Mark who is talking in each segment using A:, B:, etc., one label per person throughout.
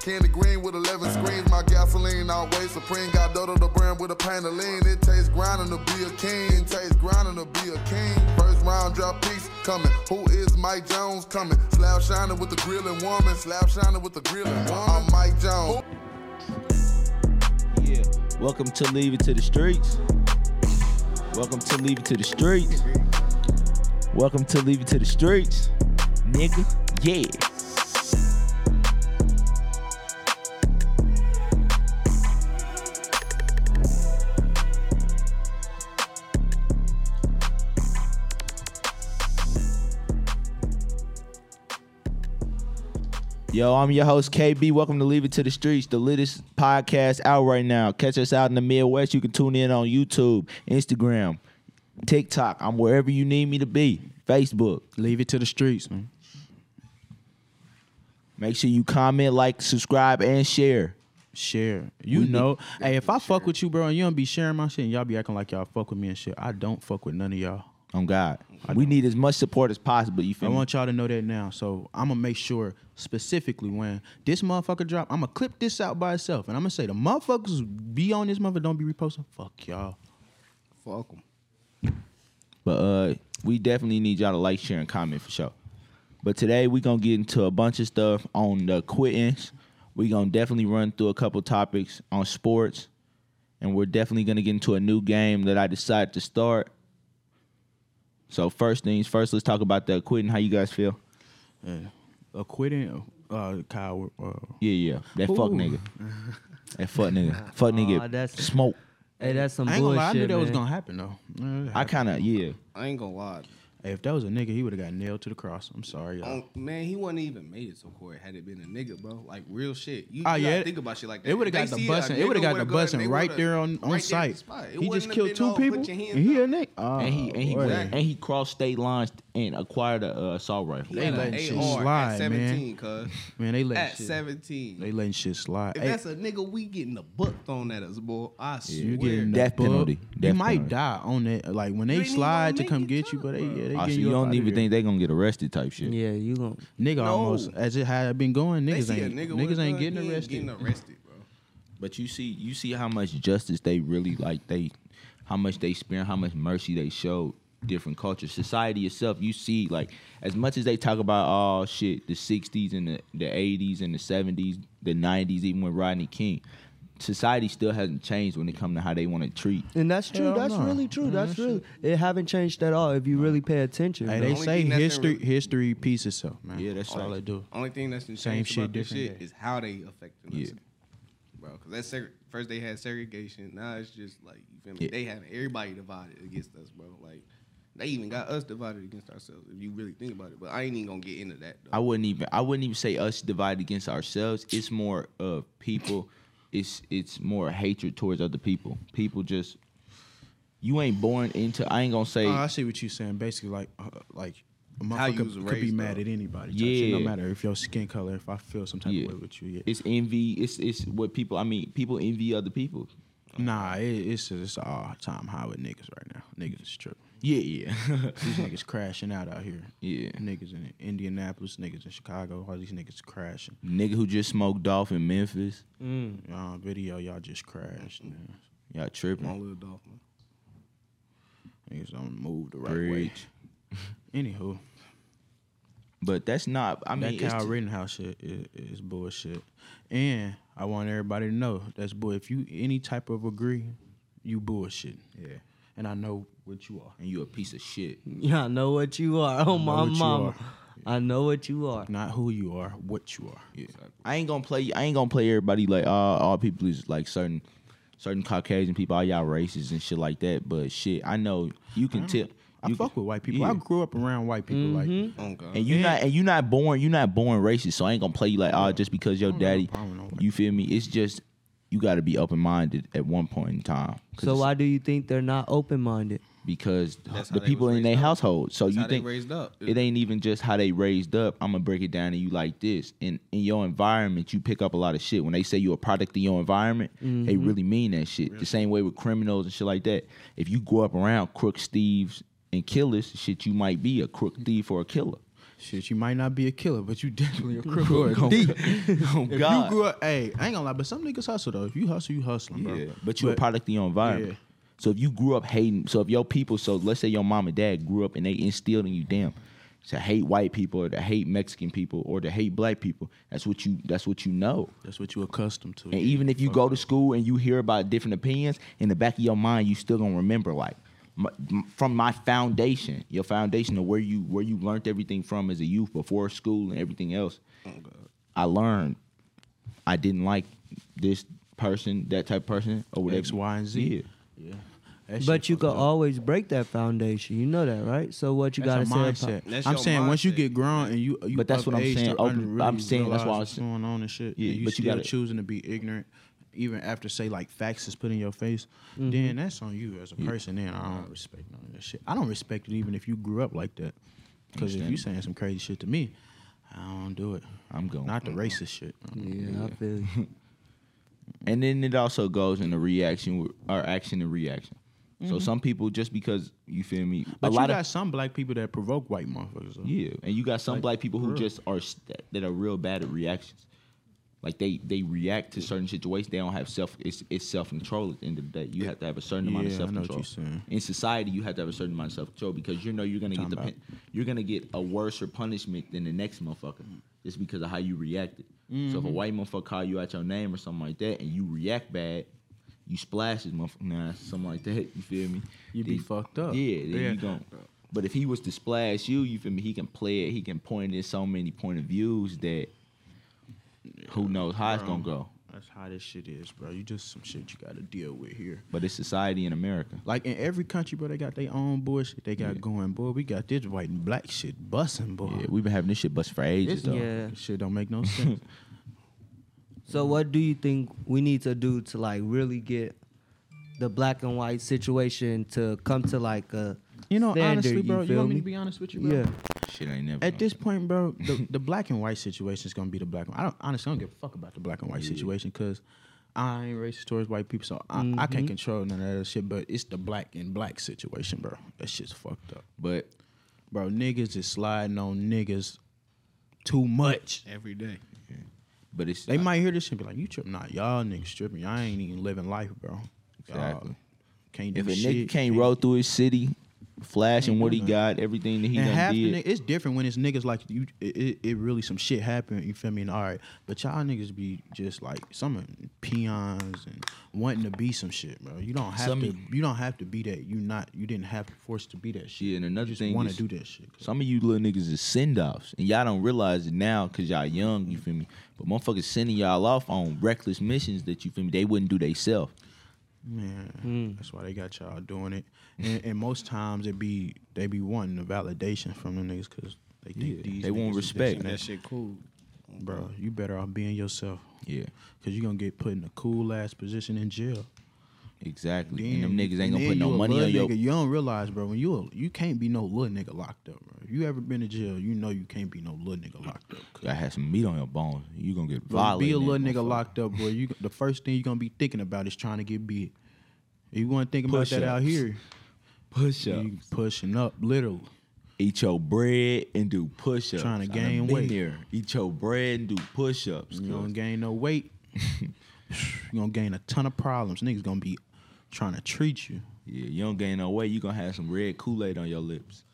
A: candy green with 11 screens. My gasoline always supreme. Got Dodo the brand with a paint of lean. It takes grinding to be a king. It takes grinding to be a king. First round drop piece coming. Who is Mike Jones coming? Slap shining with the grilling woman. Slap shining with the grilling woman. I'm Mike Jones.
B: Yeah. Welcome to Leave It to the Streets. Welcome to Leave It to the Streets. Welcome to Leave It to the Streets. Nigga, yeah. Yo, I'm your host KB. Welcome to Leave It to the Streets, the litest podcast out right now. Catch us out in the Midwest. You can tune in on YouTube, Instagram, TikTok. I'm wherever you need me to be. Facebook.
C: Leave it to the streets, man.
B: Make sure you comment, like, subscribe, and share.
C: Share. You
B: We be-
C: know, hey, if I fuck with you, bro, and you don't be sharing my shit, and y'all be acting like y'all fuck with me and shit, I don't fuck with none of y'all.
B: On God, we need as much support as possible. You
C: I
B: feel me?
C: want y'all to know that now. So I'm gonna make sure specifically when this motherfucker drop, I'm gonna clip this out by itself, and I'm gonna say the motherfuckers be on this motherfucker, don't be reposting. Fuck y'all.
D: Fuck them.
B: But uh, we definitely need y'all to like, share, and comment for sure. But today we gonna get into a bunch of stuff on the quittings. We gonna definitely run through a couple topics on sports, and we're definitely gonna get into a new game that I decided to start. So first things first, let's talk about the quitting. How you guys feel?
C: Acquitting uh, Kyle. Uh,
B: Yeah, yeah, that fuck
E: Ooh.
B: nigga, that fuck nigga, fuck nigga,
E: Aw, that's-
B: smoke.
E: Hey, that's some
C: I ain't gonna
E: bullshit,
C: lie, I knew that was
E: man.
C: gonna happen though. Uh,
B: I kind of yeah.
D: I ain't gonna lie.
C: if that was a nigga, he would have got nailed to the cross. I'm sorry, y'all.
D: Um, man, he wouldn't even made it so court had it been a nigga, bro. Like real shit. You,
C: Ah,
D: you
C: yeah.
D: gotta think about shit like that.
C: It would've
D: They
C: got the
D: see a
C: bussin'. It
D: nigga
C: would've got
D: with
C: the
D: a gun,
C: bussin'
D: they
C: right
D: would've-
C: there on- on
D: right there at the
C: site.
D: spot. It
C: He just
D: wouldn't have
C: killed
D: been
C: two
D: all,
C: people,
D: put your hands
C: and he
D: up.
C: a nigga. Oh,
B: And he and he
C: boy.
B: and he crossed state lines and acquired a uh, assault rifle.
D: He had
C: letting shit
D: an AR
C: slide, man.
D: at 17, cuz.
C: Man, they letting
D: At
C: shit-
D: 17.
C: They letting shit slide.
D: if
C: Hey,
D: that's a nigga, we getting the book thrown at us, boy. I swear.
C: you getting
B: the- Death
C: that book,
B: penalty.
C: you
B: Death
C: might
B: penalty.
C: die on that. Like when they
D: ain't even
C: slide to
D: gonna
C: come
D: make it
C: get you,
D: to
C: but they,
D: it,
C: yeah, they
B: Oh, so
C: getting
B: you
C: up
B: don't
C: outta
B: even
C: here.
B: think they gonna get arrested type shit.
E: Yeah, you gon'
C: nigga
D: No.
C: almost as it had been going.
D: They
C: Niggas
D: see a
C: ain't
D: nigga with
C: niggas
D: a
C: ain't
D: gun,
C: getting
D: he
C: arrested.
D: Getting arrested, bro.
B: But you see, you see how much justice they really like they, how much they spare, how much mercy they showed different cultures, society itself. You see, like as much as they talk about all shit, the '60s and the, the '80s and the '70s, the '90s, even with Rodney King, society still hasn't changed when it comes to how they want to treat.
E: And that's true.
C: Hell
E: that's
C: no.
E: really true.
C: Man,
E: That's
C: that
E: really. It haven't changed at all if you really pay attention.
C: Hey,
E: bro.
C: they
D: only
C: say
D: thing that's in
C: history
D: re-
C: history piece itself, man.
B: Yeah, that's
C: all
B: right.
C: they do.
D: Only thing that's
C: Same
D: insane
C: shit,
D: about this
C: different
D: shit
C: day.
D: is how they affecting
B: Yeah.
D: us, bro. Because that's seg- first they had segregation. Now it's just like you feel me.
B: Yeah.
D: They having everybody divided against us, bro. Like they even got us divided against ourselves. If you really think about it, but I ain't even gonna get into that. Though.
B: I wouldn't even I wouldn't even say us divided against ourselves. It's more of people. It's it's more hatred towards other people. People just you ain't born into. I ain't gonna say
C: Oh, I see what you're saying. Basically, like uh, like a
D: How
C: motherfucker
D: you was
C: could be
D: raised,
C: mad
D: though.
C: at anybody. type shit, no
B: Yeah.
C: matter if your skin color, if I feel some type
B: Yeah.
C: of way with you, yeah.
B: it's envy. It's it's what people. I mean, people envy other people.
C: Nah, it, it's it's all time high with niggas right now. Niggas is tripping.
B: Yeah, yeah,
C: These niggas crashing out out here.
B: yeah.
C: Niggas in Indianapolis, niggas in Chicago, all these niggas crashing.
B: Nigga who just smoked off in Memphis.
E: Mm.
C: Y'all on video, y'all just crashed. Man.
B: Y'all
D: My
B: tripping.
D: little dolphin.
C: Niggas don't move the right
B: Preach.
C: way. Anywho,
B: But that's not. I mean,
C: that
B: it's
C: Kyle Rittenhouse shit is, is bullshit. And I want everybody to know that's bull. If you any type of agree, you bullshit. Yeah. And I know what you are.
B: and you a piece of shit.
E: Yeah, I know what you are. Oh my
C: what you
E: mama,
C: are.
E: I know what you are.
C: Not who you are, what you are.
B: Yeah. I ain't gonna play. I ain't gonna play everybody like all all people is like certain certain Caucasian people. All y'all racists and shit like that. But shit, I know you can tip.
C: Mm. I
B: you
C: fuck
B: can-
C: with white people.
B: Yeah. Mm-hmm.
C: I grew up around white people. Like
D: Oh god.
B: And you not and you not born you not born racist. So I ain't gonna play you like oh just because your
C: don't have no
B: daddy.
C: problem with that.
B: You feel me? It's just you got to be open minded at one point in time. 'Cause
E: So
B: it's-
E: why do you think they're not open minded?
B: Because
D: That's how
B: the
D: they
B: people
D: was
B: in their
D: raised up.
B: household. So
D: That's
B: you
D: how they
B: think
D: raised up.
B: it ain't even just how they raised up. I'm gonna break it down to you like this. In in your environment, you pick up a lot of shit. When they say you're a product of your environment, they really mean that shit. The same way with criminals and shit like that. If you grow up around crook thieves and killers, shit, you might be a crook thief or a killer.
C: Shit, you might not be a killer, but you definitely a cripple.
B: Oh,
C: Deep.
B: Oh,
C: If
B: God.
C: you grew up, hey, I ain't gonna lie, but some niggas hustle though. If you hustle, you hustling, bro.
B: Yeah, but you're a product of your environment.
C: yeah.
B: So if you grew up hating, so if your people, so let's say your mom and dad grew up and they instilled in you, damn, to hate white people or to hate Mexican people or to hate black people. That's what you. That's what you know.
C: That's what you accustomed to.
B: And even if you go to school and you hear about different opinions, in the back of your mind, you still gonna remember like my, m- from my foundation, your foundation of where you where you learned everything from as a youth before school and everything else.
C: Oh,
B: I learned I didn't like this person, that type of person, or whatever.
C: X, Y, and Z.
B: Yeah.
C: Yeah. That
E: But
C: shit
E: you
C: fucked
E: could
C: up.
E: always break that foundation. You know that, right? So what you
C: That's a
E: gotta say? About,
C: mindset.
D: That's
C: I'm
D: your
C: saying once you
D: mindset.
C: get grown and you, you
B: But that's
C: of
B: what I'm
C: age
B: saying.
C: to
B: Open-
C: un- really
B: I'm saying that's
C: realize
B: why I
C: what's
B: said-
C: going on and shit.
B: Yeah,
C: and you
B: but you
C: still
B: gotta-
C: choosing to be ignorant, even after say like facts is put in your face.
B: Mm-hmm.
C: Then that's on you as a person. Then I don't respect none of that shit. I don't respect it even if you grew up like that. Because if you
B: Understand.
C: saying some crazy shit to me, I don't do it.
B: I'm going.
C: Not the racist shit.
E: yeah, I feel you.
B: And then it also goes into reaction with- or action and reaction. So some people just because you feel me,
C: But
B: a
C: you
B: lot
C: got
B: of
C: some black people that provoke white motherfuckers. though.
B: yeah, and you got some
C: Like,
B: black people who
C: for real.
B: just are st- that are real bad at reactions. Like they they react to certain situations. They don't have self. It's it's self control at the end of the day. You have to have a certain amount of
C: Yeah, I
B: self
C: know what
B: control.
C: you're saying.
B: In society, you have to have a certain amount of self control because you know you're gonna get
C: Time
B: the
C: out.
B: pen, you're gonna get a worse punishment than the next motherfucker just because of how you reacted. So
C: Mm-hmm.
B: if a white motherfucker call you out your name or something like that, and you react bad. You splash his motherfucker, nah, something like that. You feel me?
C: You be
B: Then-
C: fucked up.
B: Yeah, then
C: Yeah.
B: you gon' But if he was to splash you, you feel me? He can play it. He can point in so many point of views that who knows how it's
C: Bro.
B: gonna go.
C: That's how this shit is, bro. You just some shit you got to deal with here.
B: But it's society in America.
C: Like in every country, bro, they got their own bullshit they got
B: Yeah.
C: going. Boy, we got this white and black shit busting, boy.
B: Yeah, we've been having this shit bust for ages
C: This
B: though.
E: yeah.
C: shit don't make no sense.
E: So what do you think we need to do to like really get the black and white situation to come to like a
C: you know,
E: standard,
C: honestly, bro, you,
E: feel
C: want me
E: me?
C: to be honest with you, bro?
E: yeah.
B: Shit ain't never.
C: At
B: gonna
C: this
B: stop.
C: point, bro, the, the black and white situation is gonna be the black. And, I don't honestly I don't give a fuck about the black and white situation because I ain't racist towards white people, so I, I can't control none of that shit. But it's the black and black situation, bro. That shit's fucked up,
B: but
C: bro. Niggas is sliding on niggas too much.
D: every day.
B: but it's
C: They might hear this shit and be like, "You tripping? Nah, y'all niggas tripping. Y'all ain't even living life, bro. Y'all
B: Exactly.
C: can't do
B: if a
C: shit.
B: nigga can't roll through his city, flashing what he
C: do
B: got, everything that he
C: and
B: done
C: half the
B: did.
C: niggas, it's different when it's niggas like you. It, it, it really some shit happened. You feel me? And all right, but y'all niggas be just like some of them peons and wanting to be some shit, bro. You don't have
B: Some-
C: to. You don't have to be that. You not. You didn't have to force to be that shit.
B: Yeah, and another
C: you just
B: thing
C: want
B: is-
C: to do that shit.
B: Some of you little niggas is send offs, and y'all don't realize it now because y'all young. You feel me? But motherfuckers sending y'all off on reckless missions that you feel me they wouldn't do theyself.
C: Man,
B: Mm.
C: that's why they got y'all doing it. And, and most times it be they be wanting the validation from the niggas because they think
B: Yeah,
C: these
B: they want
C: niggas is this
B: respect.
C: and
D: That
C: that.
D: shit cool.
C: Bro, you better off being yourself.
B: Yeah,
C: Cause you gonna get put in a cool ass position in jail.
B: exactly.
C: Then,
B: and them niggas
C: and
B: ain't gonna
C: then
B: put
C: you
B: no
C: a
B: money
C: little
B: on your.
C: nigga, You don't realize, bro, when you a, you can't be no little nigga locked up, bro. If you ever been to jail, you know you can't be no little nigga locked up. 'Cause
B: I had some meat on your bones. You gonna get
C: bro,
B: violent.
C: be a little nigga locked up, bro. You the first thing you gonna be thinking about is trying to get big. You want to think about that out
B: Push-ups.
C: here?
B: Push up.
C: You pushing up, literally.
B: Eat your bread and do push ups.
C: Tryna gain weight.
B: Eat your bread and do push ups.
C: You don't gain no weight. you gonna gain a ton of problems. Niggas gonna be trying to treat you.
B: Yeah, you don't gain no weight. You gonna have some red Kool Aid on your lips.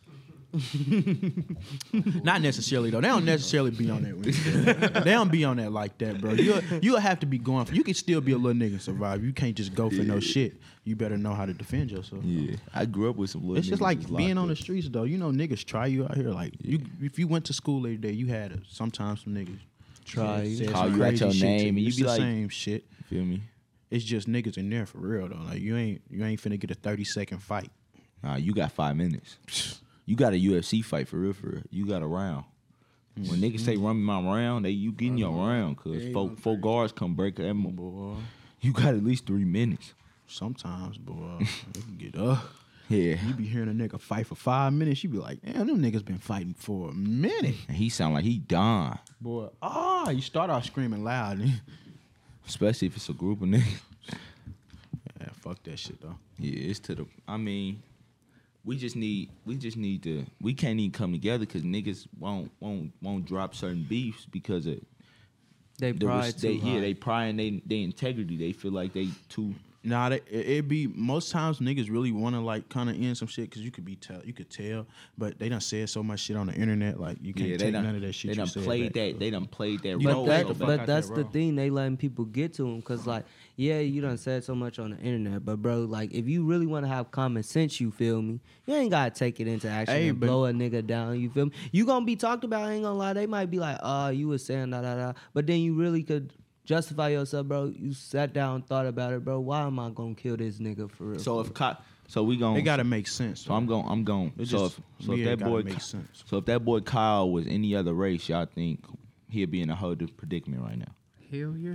C: Not necessarily though. They don't necessarily be on that. When you- they don't be on that like that, bro. You you'll have to be going. For, you can still be a little nigga and survive. You can't just go for no shit. You better know how to defend yourself.
B: Yeah, I grew up with some little.
C: It's just
B: niggas
C: like
B: that's locked
C: being on the
B: up.
C: streets though. You know niggas try you out here. Like you, if you went to school every day, you had a, sometimes some niggas
E: Try
C: said
E: you.
C: some
B: Call you out
C: crazy
B: your
C: shit to
B: name and you
C: It's
B: be
C: the
B: like-
C: same shit.
B: Feel me?
C: It's just niggas in there for real though. Like you ain't you ain't finna get a thirty second fight.
B: Nah, you got five minutes. You got a UFC fight for real, for real. You got a round. When niggas say run my round, they you getting your round, cause
D: ain't
B: four,
D: no
B: four guards come break that mo- You got at least three minutes.
C: Sometimes, boy, they can get up.
B: Yeah,
C: You be hearing a nigga fight for five minutes. You be like, damn, them niggas been fighting for a minute.
B: and he sound like he done,
C: Boy, ah, you start off screaming loud. and-
B: especially if it's a group of niggas.
C: yeah, fuck that shit, though.
B: Yeah, it's to the. I mean, we just need we just need to we can't even come together because niggas won't won't won't drop certain beefs because of
E: They
B: the
E: pride
B: res-
E: too
B: they yeah
E: high.
B: they pride and they they integrity they feel like they too
C: Nah, they, it, it be most times niggas really want to like kind of end some shit because you could be tell you could tell, but they done said so much shit on the internet like you can't
B: yeah they
C: take
B: done
C: none of that shit.
B: they
C: you
B: done
C: said
B: played
C: back.
B: that they done played that
C: You
E: But
B: role
C: know
E: that,
B: so
C: what the
B: bad.
C: fuck
E: but
C: out
E: that's
C: there,
E: the
C: bro.
E: thing they letting people get to them because like yeah you done said so much on the internet but bro like if you really want to have common sense you feel me you ain't gotta take it into action
C: Hey,
E: and
C: but-
E: blow a nigga down you feel me you gonna be talked about I ain't gonna lie they might be like oh you was saying da da da but then you really could justify yourself bro you sat down thought about it bro why am I gonna kill this nigga for real
B: so if cop so we going
C: It gotta make sense.
B: so I'm going I'm going
C: It
B: so
C: just-
B: if, so if
C: yeah,
B: that
C: gotta
B: boy
C: make
B: Ky-
C: sense.
B: so if that boy Kyle was any other race y'all think he'd be in a whole different predicament right now
D: Hell yeah.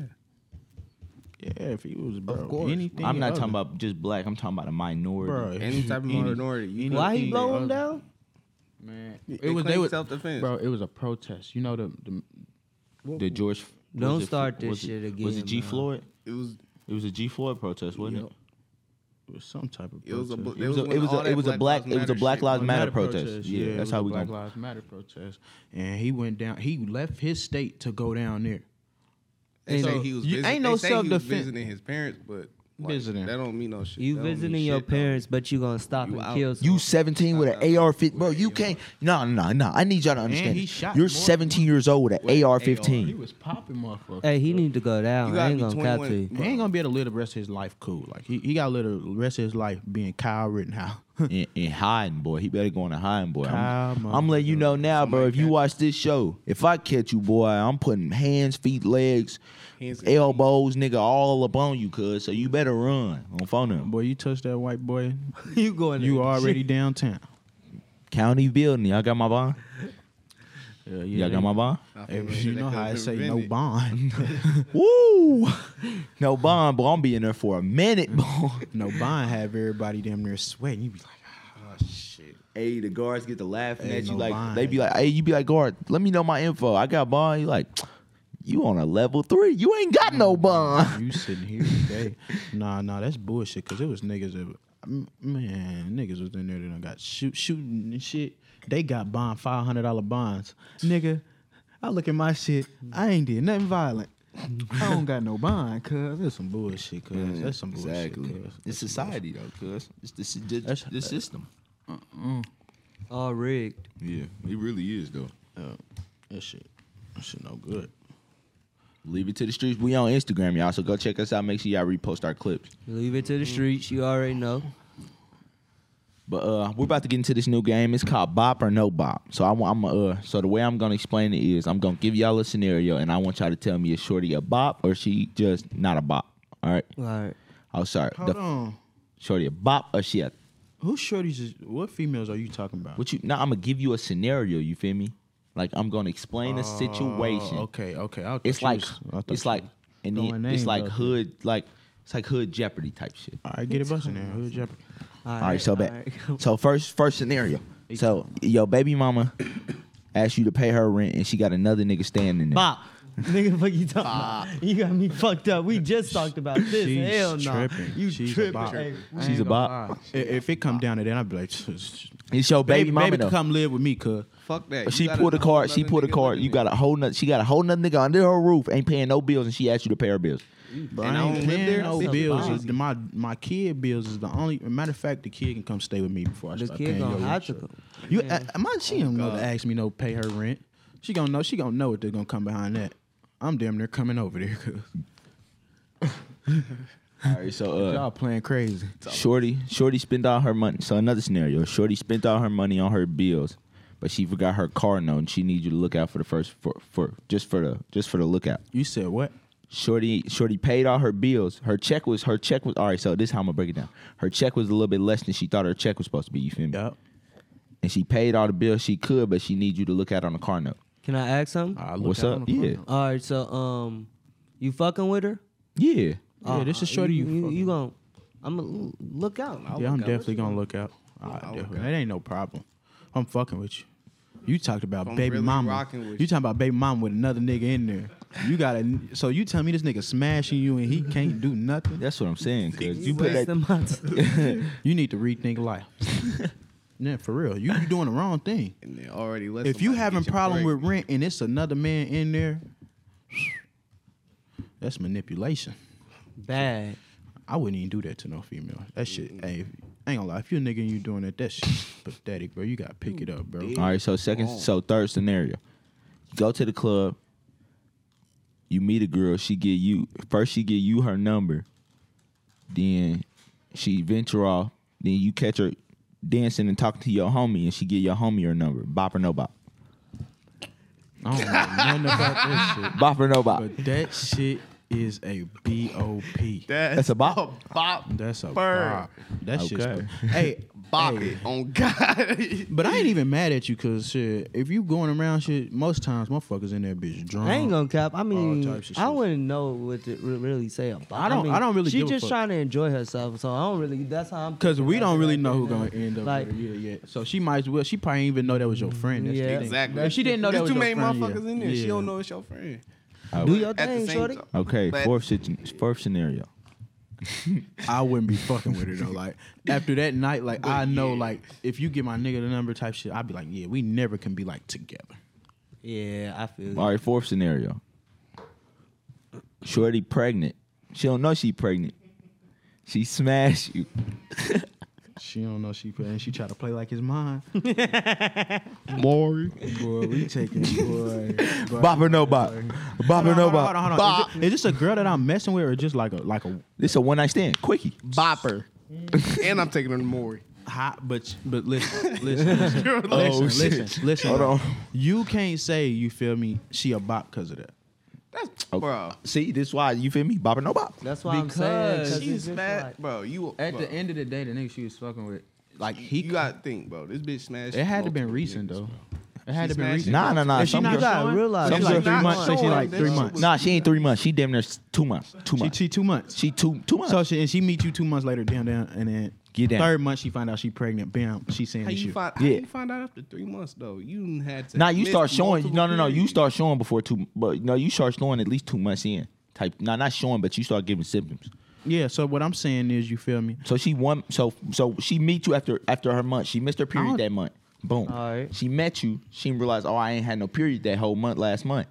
C: yeah, if he was bro,
D: course.
C: anything.
B: I'm not
C: other-
B: talking about just black I'm talking about a minority
C: bro. if
D: Any
C: you-
D: type of minority. You know,
E: why he
D: he-
E: blow him down
C: man.
D: It was they self defense.
C: bro. It was a protest. You know the, the
B: the George
E: Don't
B: was it-
E: start this
B: was it-
E: shit
B: was
E: again,
B: it G
E: man.
B: Floyd
D: It was
B: it was a G Floyd protest wasn't it.
C: it was some type of. Protest.
D: it was a bu-
B: It was a
D: when
B: it was
D: all
B: a
D: that
B: it was a black it was a
D: Lives
B: Black
D: shit
B: Lives
D: was-
B: Matter protest. Yeah,
C: it
B: that's
C: was
B: how
C: a
B: we
C: Black
B: going.
C: Lives Matter protest, and he went down. He left his state to go down there.
D: They say
C: So,
D: he was
C: you-
D: visit-
C: ain't
D: they
C: no
D: say he was
C: self-defense.
D: Visiting his parents, but like,
C: Visiting.
D: that don't mean no shit.
E: you
D: That don't mean
E: visiting your
D: shit, though.
E: parents but you gonna stop
D: You
E: and
D: out.
E: kill
B: You
E: someone.
B: 17 with an AR 15, bro. You can't. No, no, no. I need y'all to understand.
C: he
B: this.
C: shot
B: You're
C: more-
B: 17 years old with an AR 15.
C: was popping motherfucker.
E: hey he need to go down
D: You
E: I
D: gotta
E: ain't
D: be
E: gonna cap to
D: 21.
E: you.
C: He ain't gonna be able to live the rest of his life cool. Like he, he got to live the rest of his life being Kyle Rittenhouse.
B: In, in hiding, boy. He better go into hiding, boy. I'm,
C: Come on,
B: I'm letting you know now, bro. If you watch this show, if I catch you, boy, I'm putting hands, feet, legs,
D: Hands and
B: elbows, nigga, all up on you, cuz. So you better run on phone him.
C: boy, you touch that white boy,
E: you going
C: you
E: there.
C: already downtown.
B: County building. Y'all got my bond?
C: Yeah, yeah.
B: Y'all got my bond?
D: I feel
C: Hey,
D: like
C: you
D: they
C: know how I
D: could've
C: say no
D: prevented it.
C: bond,
B: Woo! No bond, boy. I'm being there for a minute, boy.
C: no bond. Have everybody damn near sweating. You be like, oh shit.
B: Hey, the guards get to laughing
C: Hey,
B: at you
C: no
B: like
C: bond.
B: they be like, hey, you be like, guard, let me know my info. I got bond. You like, you on a level three. You ain't got no
C: Mm-hmm.
B: bond.
C: You sitting here today? nah, nah, that's bullshit. Cause it was niggas that, m- man, niggas was in there that done got shoot shooting and shit. They got bond five hundred dollar bonds, nigga. I look at my shit. I ain't did nothing violent. I don't got no bond, cause that's some bullshit, cause that's some bullshit. Cause.
B: It's society though, cuz. It's the, sy- the,
C: That's-
B: the system.
E: all rigged
B: Yeah, it really is though.
C: Uh, that shit, that shit no good.
B: Leave it to the streets. We on Instagram, y'all. So go check us out. Make sure y'all repost our clips.
E: Leave it to the streets. You already know.
B: But uh, we're about to get into this new game. It's called Bop or No Bop. So I'm, I'm uh, so the way I'm gonna explain it is I'm gonna give y'all a scenario, and I want y'all to tell me is Shorty a bop or she just not a bop. All right.
E: All right.
B: Oh, sorry.
C: Hold
B: The-
C: on,
B: Shorty a bop or she a
C: who shorties is? What females are you talking about?
B: what you? Now I'm gonna give you a scenario. You feel me? Like I'm gonna explain a situation.
C: Oh, okay, okay. I
B: It's
C: thought
B: like
C: you was- I thought
B: it's
C: you
B: like
C: was-
B: and
C: throwing
B: then
C: names
B: it's like
C: out there.
B: hood like it's like hood Jeopardy type shit.
C: All right, get it busting there. Who's Jeopardy?
E: All
B: All right, so
E: back.
B: back. So first first scenario. So your baby mama asked you to pay her rent, and she got another nigga standing there.
E: Bop. Nigga, fuck you talking about? You got me fucked up. We just talked about this.
C: She's
E: Hell no.
C: tripping.
E: You
C: She's a
E: tripping.
C: bop.
E: Hey,
B: She's a bop.
C: I- If it come down to that, I'd be like,
B: It's your baby,
C: baby,
B: mama
C: baby
B: though.
C: come live with me, cuz.
D: Fuck that. You
B: she
D: got
B: pulled a card. She
D: another
B: pulled a
D: nigga
B: card.
D: living
B: You
D: there.
B: got a whole nut. She got a whole nother nigga under her roof. Ain't paying no bills, and she asked you to pay her bills.
C: Bro,
D: And I
C: I ain't
D: don't live
C: paying
D: there,
C: no
D: that's a
C: bills.
D: bop.
C: It's the- my my kid bills is the only matter of fact. The kid can come stay with me before I
E: The
C: start
E: kid
C: paying your
E: gonna have
C: rent.
E: to go.
C: You, uh, am I?
E: Oh,
C: She don't know
D: God.
C: to ask me no pay her rent. She gonna know. She gonna know what they're gonna come behind that. I'm damn near coming over there. Cause
B: All right, so uh,
C: y'all playing crazy.
B: Shorty, Shorty spent all her money. So another scenario: Shorty spent all her money on her bills, but she forgot her car note, and she needs you to look out for the first for, for just for the just for the lookout.
C: You said what?
B: Shorty, Shorty paid all her bills. Her check was her check was all right. So this is how I'm gonna break it down. Her check was a little bit less than she thought her check was supposed to be. You feel me?
C: Yup.
B: And she paid all the bills she could, but she needs you to look out on the car note.
E: Can I ask something?
C: I looked
B: What's
C: out on
B: up?
C: the
B: Yeah,
C: corner.
E: All right, so um, you fucking with her?
B: yeah.
C: Yeah, this is shorty. You,
E: uh, You,
C: fucking-
E: you gonna? I'm gonna look out.
D: I'll
C: yeah, I'm
D: look out.
C: definitely gonna look out. I definitely. That ain't no problem. I'm fucking with you. You talked about
D: I'm
C: baby
D: really
C: mama.
D: rocking
C: You
D: with you.
C: talking about baby mama with another nigga in there. You gotta. So you tell me this nigga smashing you and he can't do nothing.
B: That's what I'm saying. Cause you
E: You
B: put
E: waste
B: that.
E: the month.
C: You need to rethink life. yeah, for real. You you doing the wrong thing.
D: And then already let
C: if you
D: somebody
C: having
D: get your
C: problem
D: break.
C: with rent and it's another man in there, that's manipulation.
E: Bad.
C: I wouldn't even do that to no female. That shit, hey, I ain't gonna lie. If you a nigga and you doing that, that shit pathetic, bro. You gotta pick it up, bro.
B: All right, so second, so third scenario, go to the club. You meet a girl. She get you first. She get you her number. Then she venture off. Then you catch her dancing and talking to your homie, and she get your homie her number. Bop or no bop.
C: I don't know nothing about that shit.
B: Bop or no bop.
C: But that shit is a BOP.
B: That's a bop.
D: bop,
C: That's a
D: Bird.
C: bop. That shit's
B: Okay.
C: Hey,
D: bop
C: hey,
D: it on God.
C: But I ain't even mad at you because shit, if you going around shit, most times motherfuckers in that bitch drunk.
E: I ain't gonna cap. I mean,
C: types of
E: I
C: shit.
E: wouldn't know what to re- really say about.
C: I don't-
E: mean,
C: I don't really
E: She
C: give a
E: just
C: fuck.
E: trying to enjoy herself, so I don't really. That's how I'm.
C: Cause we
E: thinking
C: don't
E: about it
C: really
E: right
C: know who
E: now.
C: gonna end up
E: Like-
C: with her either yet. So she might as well. She probably ain't even know that was your friend. That's the
E: Yeah.
C: thing.
D: Exactly.
C: If she didn't know
D: There's
C: that was
D: too
C: your
D: many
C: friend,
D: motherfuckers
C: yeah.
D: in there. She
C: Yeah.
D: don't know it's your friend.
E: Do your
D: At the
E: thing,
D: same
E: shorty.
D: time.
B: Okay,
D: But-
B: fourth sit- fourth scenario.
C: I wouldn't be fucking with her though. Like after that night, like I know, like if you give my nigga the number type shit, I'd be like, yeah, we never can be like together.
E: Yeah, I feel.
B: All right, fourth scenario. Shorty pregnant. She don't know she pregnant. She smash you.
C: She don't know she and she try to play like it's mine. Boy, boy, we taking boy. boy.
B: Bop or no bop. Bop or
C: Hold on,
B: no
C: hold on, hold on,
B: bop.
C: hold on. Is, it- is this a girl that I'm messing with, or just like a like a
B: This a one night stand. Quickie.
D: Bopper. and I'm taking her to Maury.
C: hot? But but listen, listen, listen, listen,
B: shit.
C: listen, listen. You can't say you feel me. She a bop because of that.
D: That's
B: Oh.
D: bro.
B: See, this why you feel me? Bop or no bop.
E: That's why I'm saying. 'cause
C: Because
E: it's
D: She's
E: just
D: mad,
E: like-
D: bro. You
C: At
D: bro,
C: the end of the day, the nigga she was fucking with, like he.
D: you got to think, bro. This bitch smashed.
C: it had to been
D: multiple
C: recent
D: niggas,
C: though.
D: bro.
C: It had
D: She
C: to been
D: smashed
C: recent.
B: Nah, nah, nah.
C: If she
B: Some
C: not
B: girls-
E: gotta
C: showing-
E: realize-
C: Some
E: She's
C: like
E: like
C: three
E: not
C: months. Say she
D: showing
C: like
D: that
C: three
D: she
C: months.
D: was-
B: Nah, she ain't three months. She damn near s- two months. Two
C: She
B: months. She,
C: she two months.
B: two two months.
C: So she and she meet you two months later, damn down, and then
B: Get down.
C: Third month she find out she pregnant, bam, she saying
D: How
C: this
D: you
C: shit.
D: find? How
B: Yeah.
D: you find out after three months though? You done had to.
B: nah, you
D: miss
B: start showing.
D: multiple
B: No, no, no. You
D: periods.
B: start showing before two. But no, you start showing at least two months in. Type. Nah, not showing, but you start giving symptoms.
C: yeah, so what I'm saying is, you feel me?
B: So she won. So so she meet you after after her month. She missed her
C: I don't-
B: period that month. Boom.
E: Alright.
B: She met you. She didn't realize oh I ain't had no period that whole month last month.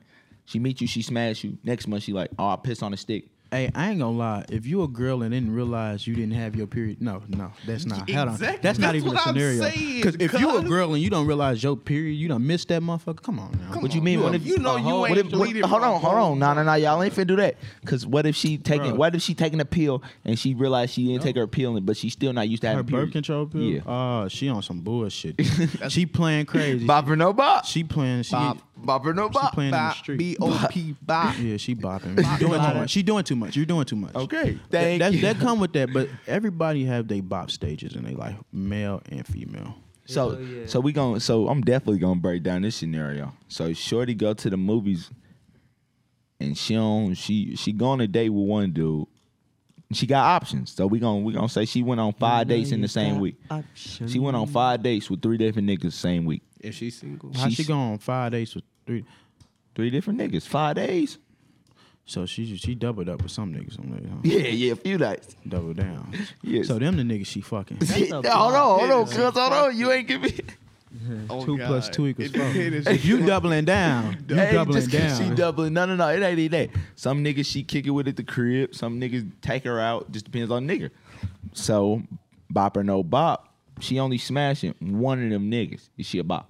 B: She meet you. She smash you. Next month she like oh I pissed on a stick.
C: Hey, I ain't gonna lie. If you a girl and didn't realize you didn't have your period, no, no, that's not. Hold on,
D: Exactly.
C: that's, not
D: That's
C: even a
D: what I'm
C: scenario.
D: saying,
C: if you a
D: cuz.
C: girl and you don't realize your period, you don't miss that motherfucker. Come on now.
D: Come
B: What you
D: on,
B: mean?
D: you
B: what
D: a-
B: if
D: you know you
B: what
D: ain't
B: if- what-
D: deleted
B: Hold
D: my
B: on, hold
D: whole
B: on. No, no, no. Y'all ain't finna do that. Cause what if she taking?
C: Bruh.
B: What if she taking a pill and she realized she didn't take her pill, and but she still not used to having
C: Her birth
B: periods?
C: control pill.
B: Yeah.
C: Oh, she on some bullshit. she playing crazy.
B: bop or no bop.
C: She playing. She,
D: Bop, bop or no bop.
C: playing in the
D: bop,
C: street.
D: B O P bop.
C: Yeah, she bopping. She doing too much. She doing too much. You're doing too much.
B: Okay.
C: That,
B: Thank
C: that,
B: you.
C: that come with that, but everybody have they bop stages in their life, male and female.
B: So
E: Hell yeah.
B: so we gon' so I'm definitely gonna break down this scenario. So Shorty go to the movies and she on she she go on a date with one dude. She got options. So we gon' we gonna say she went on five dates in the same week. She went on five dates with three different niggas the same week.
D: If she's single,
C: How she
B: She's-
C: go on five days with three?
B: Three different niggas. Five days?
C: So she she doubled up with some niggas. Some niggas huh?
B: Yeah, yeah, a few days.
C: double down.
B: Yes. Oh
C: So them the niggas she fucking.
E: That's a
B: hold
E: block.
B: on, hold on, cuz hold on. You ain't give me
D: oh
C: Two plus
D: God.
C: two equals
D: It-
C: four.
D: it is-
C: If you doubling down, you
B: Hey,
C: doubling
B: just 'cause
C: down.
B: She doubling. No, no, no. It ain't even that. Some niggas she kick it with at the crib. Some niggas take her out. Just depends on nigga. So bop or no bop. She only smashing one of them niggas. Is she a bop?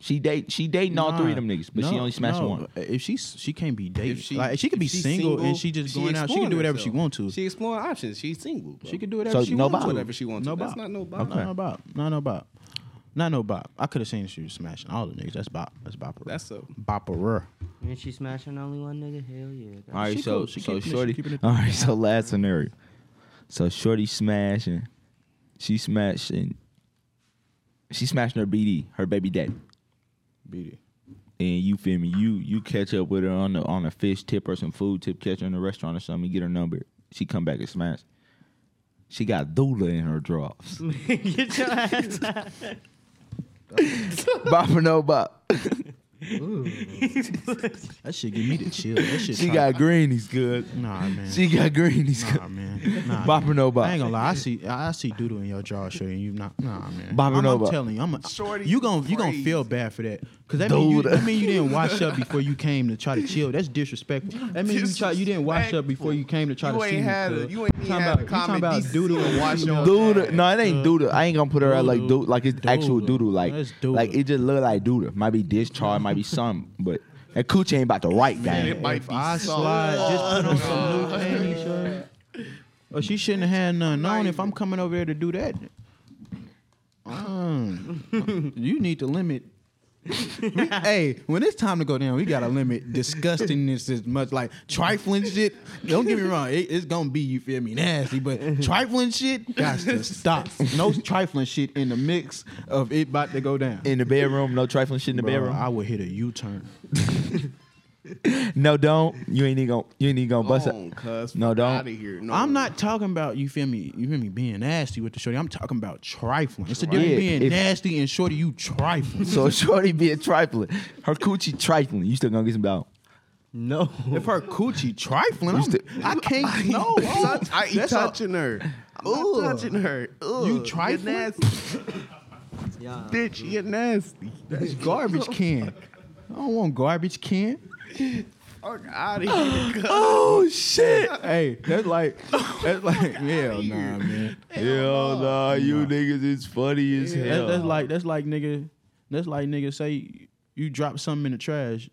B: She date she dating all three of them niggas, but she
C: No,
B: only smashing
C: no.
B: one.
C: If she she can't be dating,
D: If she,
C: like she could
D: if
C: be
D: she's
C: single, and she just going out. She can do whatever she
D: exploring
C: want to.
D: herself. She exploring options. She's single. Bro.
C: She could do whatever
B: So,
C: she
B: no
C: want
B: bop.
C: to.
D: Whatever she want
C: No
D: to.
C: bop.
D: That's not no bop.
C: No, no bop. No, no bop. Not no bop. I could have seen she was smashing all the niggas. That's bop. That's bopper.
D: That's so.
C: bopper.
E: And she smashing only one nigga. Hell yeah.
B: All right,
C: She
B: so
C: cool. She
B: so
C: keeping it- she
B: shorty.
C: keeping it-
B: all right, so last scenario. So shorty smashing. She smashing. She smashing her BD, her baby daddy.
C: BD.
B: and you feel me, you you catch up with her on the on a fish tip or some food tip, catch her in a restaurant or something, you get her number. She come back and smash. She got doula in her drawers.
E: Get your ass out.
B: bop or no bop.
C: That shit give me the chill. That shit.
B: She
C: try-
B: got greenies good.
C: Nah, man.
B: She got greenies
C: nah,
B: good.
C: man. Nah,
B: Bop or
C: man.
B: no bop?
C: I ain't gonna lie. I see. I I see doodle in your jaw, shorty. You not. Nah, man.
B: Bop or
C: I'm,
B: no
C: I'm
B: bop?
C: telling you, I'm. A,
D: Shorty
C: you gon' you gon'
D: crazy.
C: feel bad for that, cause that mean, you,
B: Dude.
C: that mean you didn't wash up before you came to try to chill. That's disrespectful. That mean you try you didn't wash up before you came to try
D: You
C: to
D: ain't
C: see
D: had a-
C: me. cuz.
D: you ain't
C: Talking
D: even had
C: about-
D: a
C: you talking
D: common
C: about
D: decency
C: doodle
D: to
C: and
D: wash
C: wash
D: your
C: your
B: Doodle. No, it ain't doodle. I ain't gonna put her out like
C: Doodle.
B: doodle. Like it's actual
C: Doodle.
B: doodle. Like
C: That's doodle.
B: like it just look like doodle. Might be dish char. It might be something. But that coochie ain't about to write
D: it
B: down.
D: might
C: If
D: be
C: I
D: so-
C: slide, just put on some new panties, shorty. Oh, she shouldn't have had none on if I'm coming over there to do that. Um, you need to limit. hey, when it's time to go down, we gotta limit disgustingness as much like trifling shit. Don't get me wrong, it- it's gonna be you feel me nasty, but trifling shit got to stop. No trifling shit in the mix of it about to go down.
B: In the bedroom, no trifling shit in the
C: Bro,
B: bedroom.
C: I would hit a U-turn.
B: No, don't. You ain't even gonna. You ain't even gonna bust
D: Gone,
B: it.
D: cuz.
B: No, don't.
D: Outta here. No.
C: I'm not talking about you feel me. You feel me being nasty with the shorty. I'm talking about trifling. It's a difference
B: Yeah,
C: being
B: if-
C: nasty and shorty. You trifling.
B: So shorty be a trifling. Her coochie trifling. You still gonna get some down.
E: No.
C: if her coochie trifling,
B: You
C: I'm,
B: still-
C: I can't. No,
D: I, I ain't
C: That's all-
D: touching her. I'm not touching her. Ugh.
C: You trifling?
D: You're nasty,
E: Yeah.
D: bitch. You're nasty.
C: that's garbage can. I don't want garbage can.
D: Fuck out of here. cuz.
B: Oh shit.
C: Hey, that's like, that's like, hell nah, man.
B: Hell nah, you niggas is funny as
C: That, that's like, that's like, nigga, that's like, nigga, say you drop something in the trash,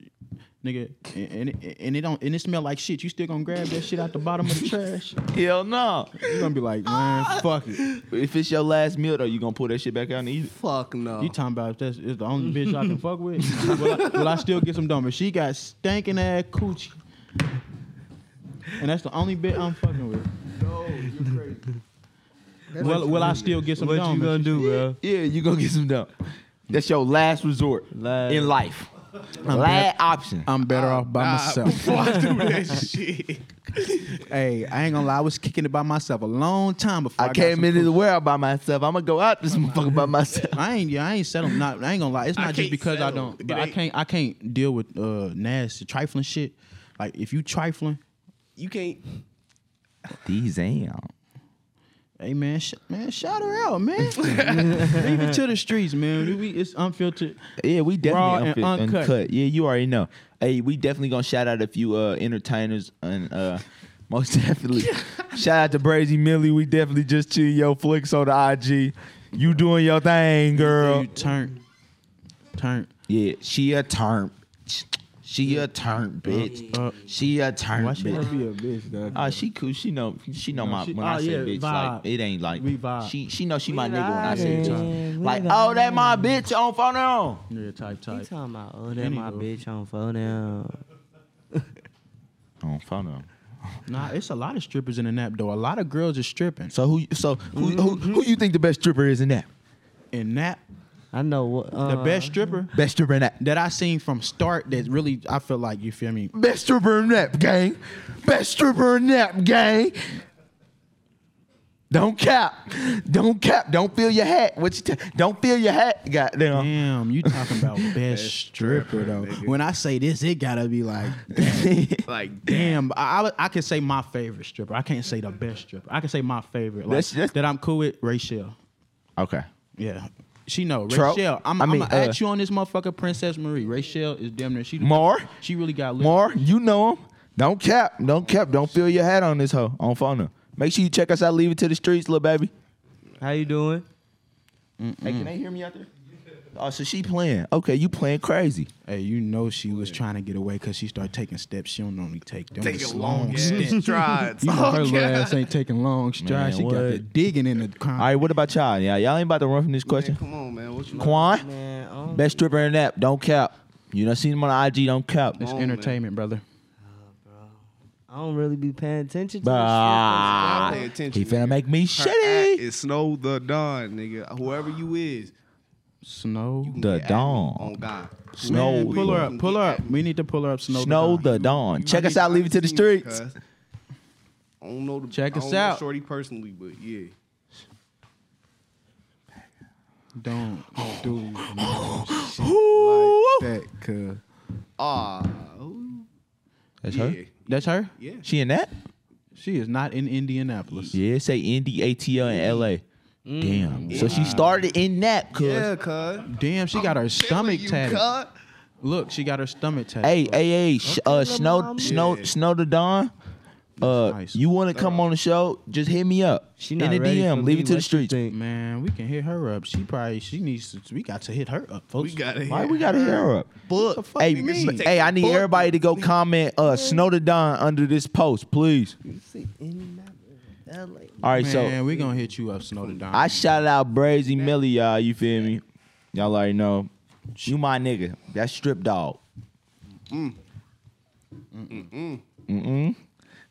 C: nigga, and and it, and it don't and it smell like shit. You still gonna grab that shit out the bottom of the trash?
B: Hell no.
C: You gonna be like, man, fuck it.
B: If it's your last meal, though, you gonna pull that shit back out and eat it.
D: Fuck no.
C: You talking about if that's is the only bitch I can fuck with? Will I, will I still get some dumb? But she got stankin' ass coochie, and that's the only bitch I'm fucking with.
D: No, you're crazy.
C: Will, will I still get some
E: What
C: dumb?
E: you gonna do, bro?
B: Yeah, you gonna get some dump. That's your last resort
E: Last-
B: in life. last option.
C: I'm better
D: Ah,
C: off by myself.
D: Before I do that shit.
C: hey, I ain't gonna lie, I was kicking it by myself a long time before I,
B: I
C: got
B: came
C: some
B: into the
C: coochie.
B: world by myself. I'm gonna go out this motherfucker by myself.
C: I ain't, yeah, I ain't settled. Not, I ain't gonna lie. It's
D: I
C: not
D: can't
C: just because I
D: settle.
C: don't,
D: It
C: but I
D: ain't-
C: can't, I can't deal with uh nasty trifling shit. Like if you trifling,
D: You can't.
B: These ain't.
C: Hey man, sh- man, shout her out, man. Leave it to the streets, man. We, it's unfiltered.
B: Yeah, we
C: Raw
B: definitely
C: and
B: unfit- uncut.
C: uncut.
B: Yeah, you already know. Hey, we definitely gonna shout out a few uh, entertainers and uh, most definitely shout out to Brazy Millie. We definitely just cheated your flicks on the IG. You doing your thing, girl.
C: You turn, turn.
B: Yeah, she a turn. She a turn, bitch.
C: Uh,
B: she a turn,
C: Why she gotta
B: bitch.
C: be a bitch, dog?
B: Ah, she cool. She know. She know
C: No,
B: my
C: she-
B: when
C: oh,
B: I say
C: yeah,
B: bitch, like
C: vibe.
B: it ain't like
C: We vibe.
B: she. She know she my nigga when I say
E: vibing.
B: bitch.
E: We
B: Like, oh, that my bitch on phone on.
C: yeah, type,
E: You
C: type.
E: talking about oh that my
C: Anywho.
E: bitch on phone now.
B: On phone on.
C: Nah, it's a lot of strippers in the nap though. A lot of girls are stripping
B: So who? So who? Who, who
C: Mm-hmm.
B: you think the best stripper is in that?
C: in nap.
E: I know what uh,
C: The best stripper
B: Best stripper in that.
C: that I seen from start that really I feel like you feel me.
B: Best stripper in that gang. Best stripper in that gang. Don't cap. Don't cap. Don't feel your hat. What you? T- don't feel your hat. Goddamn.
C: Damn, you talking about best stripper though. When I say this, it gotta be like
D: Like,
C: Damn, I, I I can say my favorite stripper. I can't say the best stripper. I can say my favorite. Like,
B: That's- that's-
C: that I'm cool with Rachelle.
B: Okay.
C: Yeah, she know
B: Tro-
C: Rachelle. I'm,
B: I
C: I
B: mean,
C: am gonna
B: uh,
C: at you on this motherfucker, Princess Marie. Rachelle is damn near she
B: Mar?
C: She really got lit.
B: Mar, you know him. Don't cap. Don't cap. Don't feel your hat on this hoe on phone. Make sure you check us out. Leave it to the streets, little baby.
E: How you doing?
B: Hey, can they hear me out there? Oh, so she playing. Okay, you playing crazy.
C: Hey, you know she was trying to get away because she started taking steps. She don't normally take them.
D: take
C: It's
D: a long ass
C: steps.
D: strides.
C: You know her
D: Oh,
C: little
D: God.
C: ass ain't taking long strides. she
B: what?
C: got the digging in the
B: All
C: con.
B: right, what about y'all? Yeah, y'all ain't about to run from this
D: Man,
B: question.
D: come on, man. What you
B: Quan,
E: Man, oh,
B: best stripper in that. Don't cap. You done seen him on IG. Don't cap.
C: It's
D: on, man.
C: entertainment, brother.
E: I don't really be paying attention to
B: Bah.
E: the
D: Pay attention,
B: He finna
D: nigga.
B: make me
D: Her act
B: shitty.
D: is Snow the Dawn, nigga. Whoever you is,
C: Snow.
D: you can
B: The
D: get at me
B: Dawn.
D: On God.
B: Snow
C: Man,
B: the-
C: pull her
D: You
C: up.
D: can
C: Pull her
D: get
C: up.
D: at me.
C: We need to pull her up. Snow.
B: Snow
C: the.
B: the dawn.
D: You
B: Check
D: might
B: us
D: be
B: out. Leave it to the
D: behind
B: streets.
D: scenes, cuz. I don't know the
C: Check
D: I don't
C: us
D: know
C: out.
D: Shorty personally, but yeah.
F: don't do no shit like that, cause
D: Ah,
B: That's
D: Yeah.
B: her.
C: That's her.
D: yeah.
B: She in that?
C: She is not in Indianapolis.
B: Yeah, it say NDATL in LA.
E: Mm.
B: Damn. So she started in that, cuz.
D: Yeah, cuz.
C: Damn, she got her stomach tatted.
D: Cuz.
C: Look, she got her stomach tatted.
B: Hey, hey, hey, sh- uh, Snow,
E: mama.
B: Snow, Snow the Don. Uh,
C: nice.
B: you want to come on the show? Just hit me up
E: She
B: in
E: not
B: the
E: ready for
B: DM. Leave
E: me.
B: it to the
E: What you
B: streets.
E: think?
C: man, we can hit her up. She probably she needs to. We got to hit her up, folks.
D: We gotta
B: Why
D: hit
B: we gotta hit her up?
D: Book.
B: Hey,
D: nigga, she
B: but-
D: take
B: hey,
D: the
B: I need
D: book.
B: everybody to go comment uh, Snow the Don under this post, please. All right,
C: Man,
B: so
C: we gonna hit you up, Snow the Don.
B: I shout out Brazy Millie, y'all. You feel me? Y'all already know. You my nigga. That strip dog. Mm. Mm. Mm.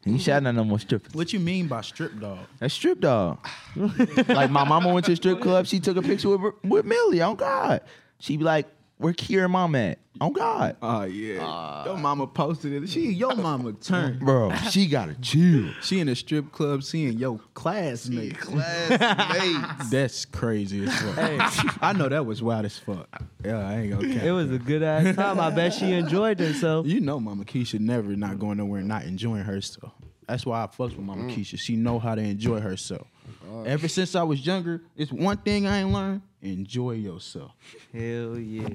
B: He shouting out no more strippers.
C: what you mean by strip dog?
B: That strip dog. like my mama went to a strip club. She took a picture with with Millie. On God, she be like, "Where Kira mom at?" On God,
C: Ah,
F: oh yeah,
E: Ah.
F: your mama posted it. She your mama turned.
B: bro, she gotta chill.
F: She in the strip club seeing your classmate.
D: Classmates.
C: That's crazy as fuck.
F: I know that was wild as fuck. Yeah, I ain't gonna. Count.
E: It was a good ass time. I bet she enjoyed herself.
C: You know, Mama Keisha never not going nowhere, and not enjoying herself. That's why I fucks with
E: Mm.
C: Mama Keisha. She know how to enjoy herself.
E: Uh.
C: Ever since I was younger, it's one thing I ain't learned: enjoy yourself.
E: Hell yeah.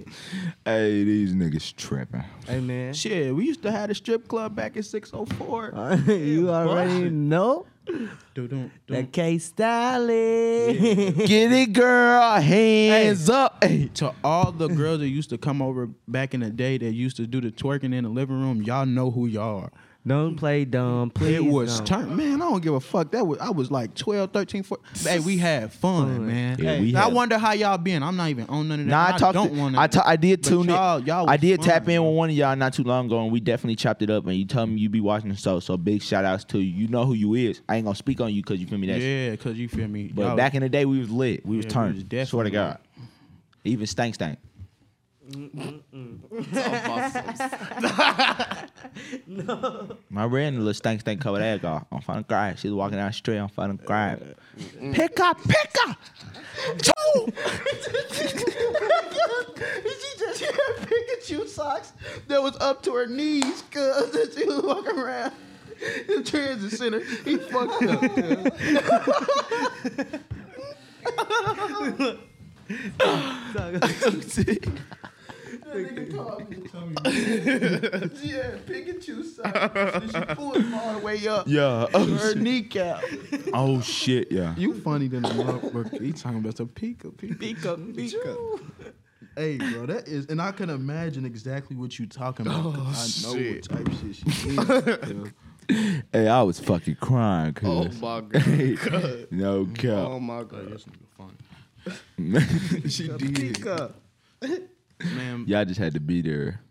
B: Hey, these niggas tripping.
E: Hey man.
C: Shit, we used to have a strip club back in 604.
E: Uh, you already know that K Styling.
B: Get it, girl. Hands up. Hey.
C: to all the girls that used to come over back in the day that used to do the twerking in the living room, y'all know who y'all are.
E: don't play dumb, please.
C: It was
E: don't.
C: turn, man. I don't give a fuck. That was I was like 12, 13, 14. Hey, we had fun, man.
B: Yeah,
C: Hey,
B: we
C: I
B: had-
C: wonder how y'all been. I'm not even on none of that.
B: Nah, I, talked.
C: don't want
B: to, I, ta- I did
C: But
B: tune
C: y'all-
B: in.
C: y'all
B: I
C: was
B: did
C: fun,
B: tap in
C: bro.
B: with one of y'all not too long ago, and we definitely chopped it up. And you tell me you be watching the show, so big shout outs to you. You know who you is. I ain't gonna speak on you because you feel me. That's
C: Yeah, because you feel me.
B: But
C: Y'all-
B: back in the day, we was lit. We was
C: Yeah, we was
B: turned.
C: definitely
B: Swear to
C: lit.
B: God. Even stank stank. My ran a little stank stank covered that girl. I'm finna cry. She's walking down the street. I'm finna cry. Pick up, pick up. Two.
F: she just had Pikachu socks that was up to her knees, cause that she was walking around. The transit center, he fucked up. She had Pikachu socks. and She pulled them all the way up.
B: Yeah.
F: to Her kneecap.
B: Oh shit. Yeah.
F: You funny than a motherfucker. He talking about some Pika, Pika, Pika, Pika.
C: Hey, bro, that is, and I can imagine exactly what you talking about.
B: Oh,
C: 'cause I know
D: shit.
C: what type shit she is. yo.
B: Hey, I was fucking crying.
D: Oh
B: Cause
D: my god.
B: no
D: Oh
B: cap.
D: my god.
F: She did.
C: Man,
B: Y'all just had to be there.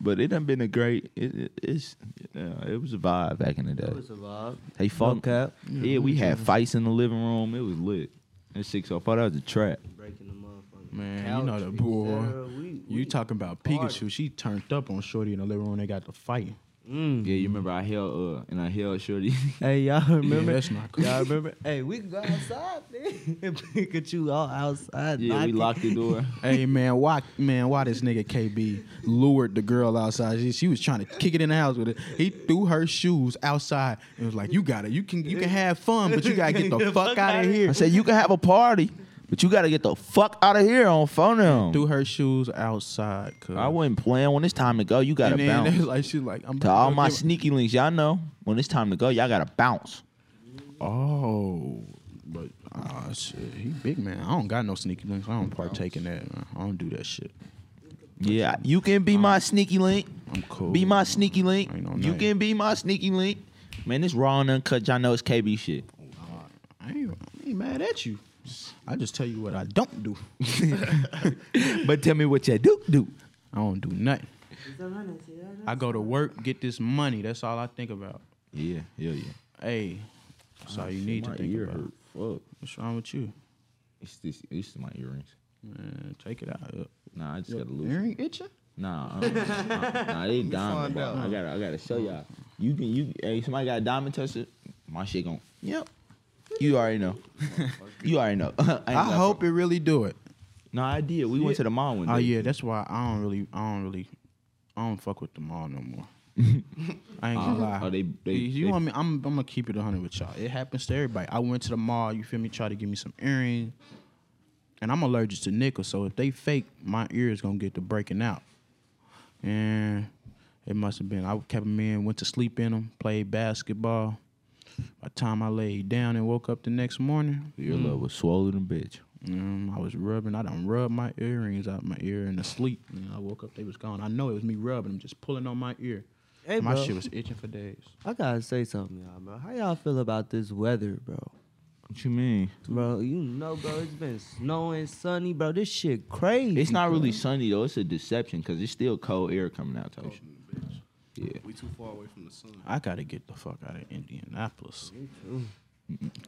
B: But it done been a great. It, it, it's yeah, it was a vibe back in the day.
E: It was a vibe.
B: Hey, funk
E: cap.
B: Yeah, we had fights in the living room. It was lit. That 604, that was a trap.
E: Breaking the motherfucker.
C: man, you know that boy. You talking about Pikachu? She turned up on Shorty in the living room. They got to fighting.
B: Yeah, you remember I held uh and I held Shorty.
E: Hey, y'all remember?
C: that's not cool.
E: Y'all remember? Hey, we can go outside, man. Pikachu all outside.
B: yeah, we
E: knocking.
B: locked the door.
C: Hey man, why man, why this nigga KB lured the girl outside? She, she was trying to kick it in the house with it. He threw her shoes outside and was like, "You got it. You can you can have fun, but you gotta get the fuck out of here."
B: I said you can have a party, but you gotta get the fuck out of here on phone now.
C: Threw her shoes outside. Cause
B: I wasn't playing when it's time to go. You gotta
C: and then
B: bounce.
C: they was like she's like, "I'm
B: To all my
C: give-
B: sneaky links, y'all know when it's time to go, y'all gotta bounce.
C: oh." But ah shit, he big man. I don't got no sneaky links. I don't partake in that. Man. I don't do that shit.
B: Yeah, you can be my sneaky link.
C: I'm cool.
B: Be my sneaky link.
C: Ain't no
B: You
C: name.
B: can be my sneaky link. Man, this raw and uncut. Y'all know it's KB shit.
C: I ain't, I ain't mad at you. I just tell you what I don't do.
B: But tell me what you do do.
C: I don't do nothing. I go to work, get this money. That's all I think about.
B: Yeah, yeah, yeah.
C: Hey, that's all Oh, you need to
B: Ah, my
C: think
B: ear
C: about.
B: hurt. Fuck.
C: What's wrong with you?
B: It's this. It's my earrings.
C: Man, take it out.
B: Nah, I just gotta lose.
C: Earring itching?
B: Nah, I don't- nah, nah, they diamond. bro. I gotta, I gotta show y'all. You can, you. Hey, somebody got a diamond tester. My shit gon'
C: Yep.
B: You already know. you already know. I, ain't
C: I
B: got-
C: hope it really do it.
B: No, I did. We went to the mall one day.
C: Oh yeah, that's why I don't really, I don't really, I don't fuck with the mall no more. I ain't gonna lie.
B: oh, they- they-
C: you
B: they-
C: want me? I'm, I'm gonna keep it 100 with y'all. It happens to everybody. I went to the mall. You feel me? Try to give me some earrings, and I'm allergic to nickel. So if they fake, my ear is gonna get to breaking out. And it must have been. I kept them in, went to sleep in them, played basketball. By the time I laid down and woke up the next morning,
B: Your love was swollen, bitch.
C: um, I was rubbing. I done rubbed my earrings out my ear in the sleep. And I woke up, they was gone. I know it was me rubbing them, just pulling on my ear.
E: Hey,
C: my
E: bro.
C: shit was itching for days.
E: I gotta say something, y'all, bro. How y'all feel about this weather, bro?
B: What you mean?
E: Bro, you know, bro, it's been snowing, sunny, bro. This shit crazy.
B: It's not
E: bro.
B: really sunny though. It's a deception because it's still cold air coming out. Type shit. Yeah.
D: We too far away from the sun.
C: I gotta get the fuck out of Indianapolis.
E: too.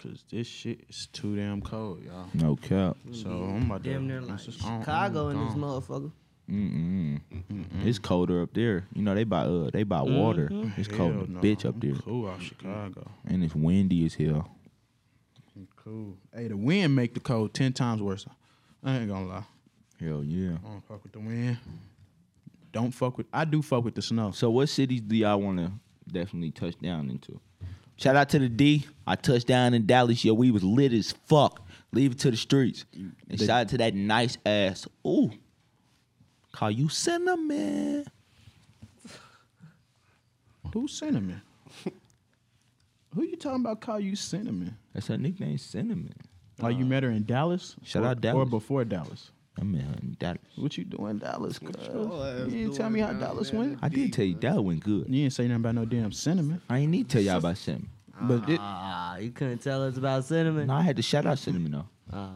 C: Cause this shit is too damn cold, y'all.
B: No cap.
C: So I'm about to
E: Mm-hmm. damn near like
C: it's just- I'm- I'm
E: Chicago in this
C: gone.
E: motherfucker.
B: Mm-mm. It's colder up there. You know they buy uh they buy water. It's
C: Mm-hmm. Hell
B: cold,
C: no,
B: bitch, up
C: I'm
B: there,
C: Cool out Chicago.
B: and it's windy as hell.
C: I'm cool. Hey, the wind make the cold ten times worse. I ain't gonna lie.
B: Hell yeah.
C: I don't fuck with the wind. Don't fuck with. I do fuck with the snow.
B: So what cities do y'all want to definitely touch down into? Shout out to the D. I touched down in Dallas. Yo, we was lit as fuck. Leave it to the streets. And shout out to that nice ass. Ooh, call you cinnamon.
C: Who's cinnamon? Who you talking about? Call you cinnamon?
B: That's her nickname, cinnamon.
C: Oh, you met her in Dallas?
B: Shout
C: or,
B: out Dallas.
C: Or before Dallas?
B: I met her in Dallas.
C: What you doing, Dallas? cuz?
B: Oh,
D: your
C: You
D: ass
C: didn't tell
D: doing
C: me how
D: down
C: Dallas
D: there?
C: went.
B: I did tell you that went good.
C: You didn't say nothing about no damn cinnamon.
B: I ain't need to tell y'all about cinnamon.
C: But it,
E: Ah, you couldn't tell us about cinnamon.
B: No, I had to shout out cinnamon though.
E: Ah,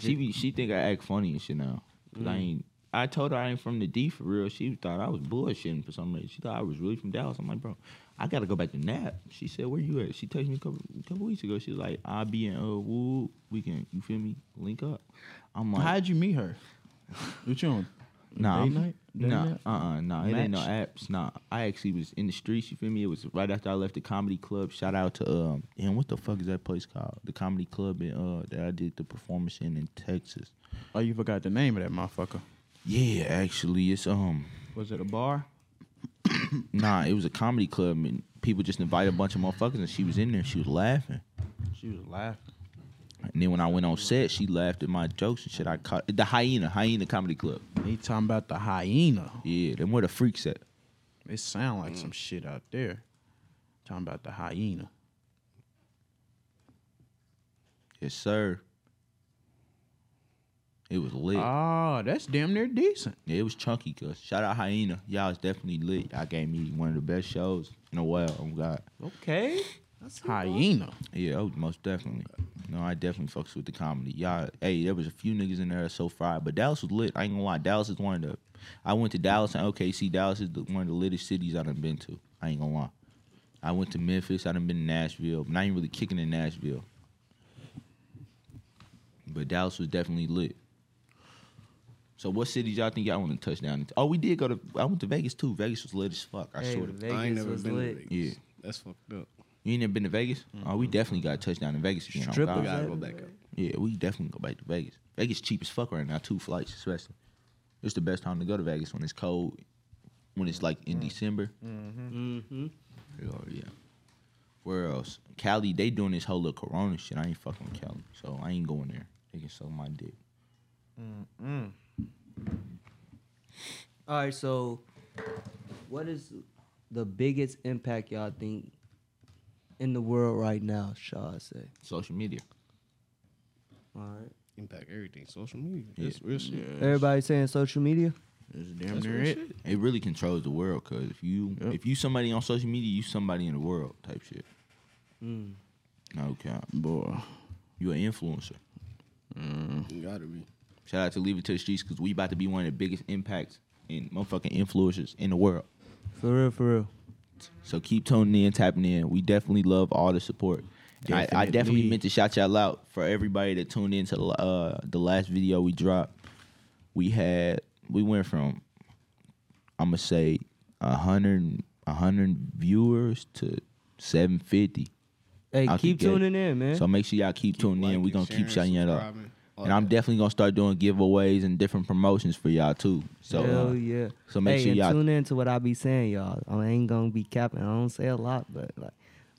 B: She be, she think I act funny and shit now. 'Cause
C: Mm.
B: I ain't. I told her I ain't from the D for real. She thought I was bullshitting for some reason. She thought I was really from Dallas. I'm like, bro, I gotta go back to Nap. She said, where you at? She texted me a couple, couple weeks ago. She was like, I'll be in uh Wood. We can, you feel me? Link up. I'm like,
C: how'd you meet her? What you on?
B: nah,
C: Date
B: I'm-
C: night? Date
B: nah,
C: night?
B: uh, uh nah. It ain't no
C: Match?
B: apps. Nah, I actually was in the streets. You feel me? It was right after I left the comedy club. Shout out to um, and what the fuck is that place called? The comedy club in uh that I did the performance in in Texas.
C: Oh, you forgot the name of that motherfucker.
B: Yeah, actually, it's um.
C: Was it a bar?
B: Nah, it was a comedy club and people just invited a bunch of motherfuckers and she was in there. She was laughing.
C: She was laughing.
B: And then when I went on set, she laughed at my jokes and shit. I caught the hyena, hyena comedy club.
C: He talking about the hyena.
B: Yeah, then where the freaks at?
C: It sound like some shit out there. Talking about the hyena.
B: Yes, sir. It was lit.
C: Oh, that's damn near decent.
B: yeah, it was chunky, cuz. Shout out hyena. Y'all was definitely lit. Y'all gave me one of the best shows in a while. Oh God.
E: okay. That's
C: Hyena.
B: Yeah, oh, most definitely. No, I definitely fucks with the comedy. Y'all, hey, there was a few niggas in there so far, but Dallas was lit. I ain't gonna lie, Dallas is one of the. I went to Dallas and OKC. Dallas is the, one of the littest cities I done been to. I ain't gonna lie. I went to Memphis. I done been to Nashville, but I ain't really kicking in Nashville. But Dallas was definitely lit. So, what cities y'all think y'all want to touch down? into? Oh, we did go to. I went to Vegas too. Vegas was lit as fuck. I
E: Hey,
B: swear to God.
E: Vegas
D: I ain't never
E: was
D: been
E: lit.
D: to Vegas.
B: Yeah. Uh-huh.
D: That's fucked up.
B: You ain't never been to Vegas? Oh, we definitely got a touchdown in Vegas again. oh,
E: Strippers
B: God.
D: We gotta
E: that
D: go
E: was
D: back up.
B: Yeah, we definitely go back to Vegas. Vegas cheap as fuck right now, two flights especially. It's the best time to go to Vegas when it's cold, when it's like
C: Mm.
B: in December.
E: Mm-hmm.
B: Oh yeah. Where else? Cali, they doing this whole little Corona shit. I ain't fucking with Cali, so I ain't going there. They can suck my dick.
E: All right, so what is the biggest impact y'all think in the world right now, shall I say?
B: Social media.
E: All right.
D: Impact everything. Social media.
B: Yeah.
D: That's real shit.
E: Everybody saying social media?
C: That's damn
D: That's
C: near
D: real
C: it.
D: shit.
B: It really controls the world, cause if you
C: Yep.
B: if you somebody on social media, you somebody in the world type shit.
E: Mm.
B: No cap.
C: Boy.
B: You an influencer.
D: You gotta be.
B: Shout out to Leave It to the Streets, cause we about to be one of the biggest impacts and motherfucking influencers in the world.
E: For real, for real.
B: So keep tuning in, tapping in. We definitely love all the support. And I, I definitely
C: Definitely.
B: meant to shout y'all out for everybody that tuned in to the, uh, the last video we dropped. We had we went from I'm gonna say a hundred a hundred viewers to seven fifty
E: Hey,
B: I'll
E: keep
B: getting-
E: tuning in, man.
B: So make sure y'all keep, tuning in. We're gonna keep shutting it up. And I'm
D: definitely
B: definitely gonna start doing giveaways and different promotions for y'all too. So
E: Hell
B: uh,
E: yeah.
B: so make
E: hey,
B: sure
E: and
B: y'all-
E: tune in to what I be saying, y'all. I ain't gonna be capping. I don't say a lot, but like,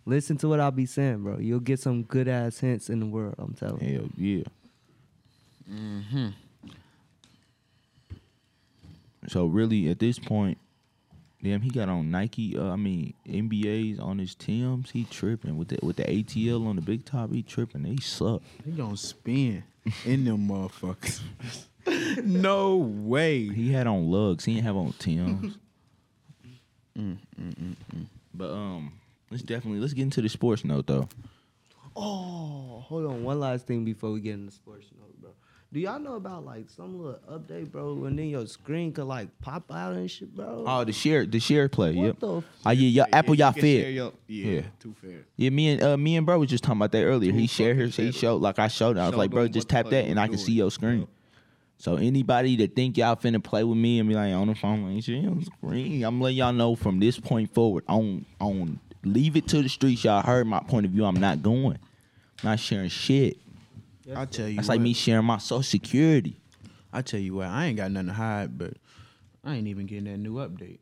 E: listen to what I be saying, bro. You'll get some good ass hints in the world. I'm telling you.
B: hell yeah. So really, at this point, damn, he got on Nike. Uh, I mean, NBA's on his Tims. He tripping with the with the ATL on the big top. He tripping. They suck.
C: He gonna spin in them motherfuckers. no way.
B: He had on lugs. He didn't have on Tim's.
D: Mm,
B: But um, let's definitely let's get into the sports note though.
E: Oh, hold on. One last thing before we get into sports note, bro. Do y'all know about like some little update, bro? And then your screen could like pop out and shit, bro.
B: Oh, the share the share play.
E: What
B: yep.
E: the f-
B: oh yeah, y'all, Apple y'all fit.
D: Yeah,
B: Yeah.
D: too fair.
B: Yeah, me and uh, me and bro was just talking about that earlier.
D: Who
B: He shared his,
D: fucking
B: he
D: said it?
B: showed like I showed. Him. I was
D: Showed
B: like, bro,
D: them
B: just
D: what the
B: tap
D: fuck
B: that
D: you
B: and I
D: was
B: can see
D: doing.
B: your screen. So anybody that think y'all finna play with me and be like on the phone, like shit on the screen, I'm letting y'all know from this point forward on on leave it to the streets. Y'all heard my point of view. I'm not going, not sharing shit.
C: I tell you,
B: That's like
C: what.
B: me sharing my social security.
C: I tell you what, I ain't got nothing to hide, but I ain't even getting that new update.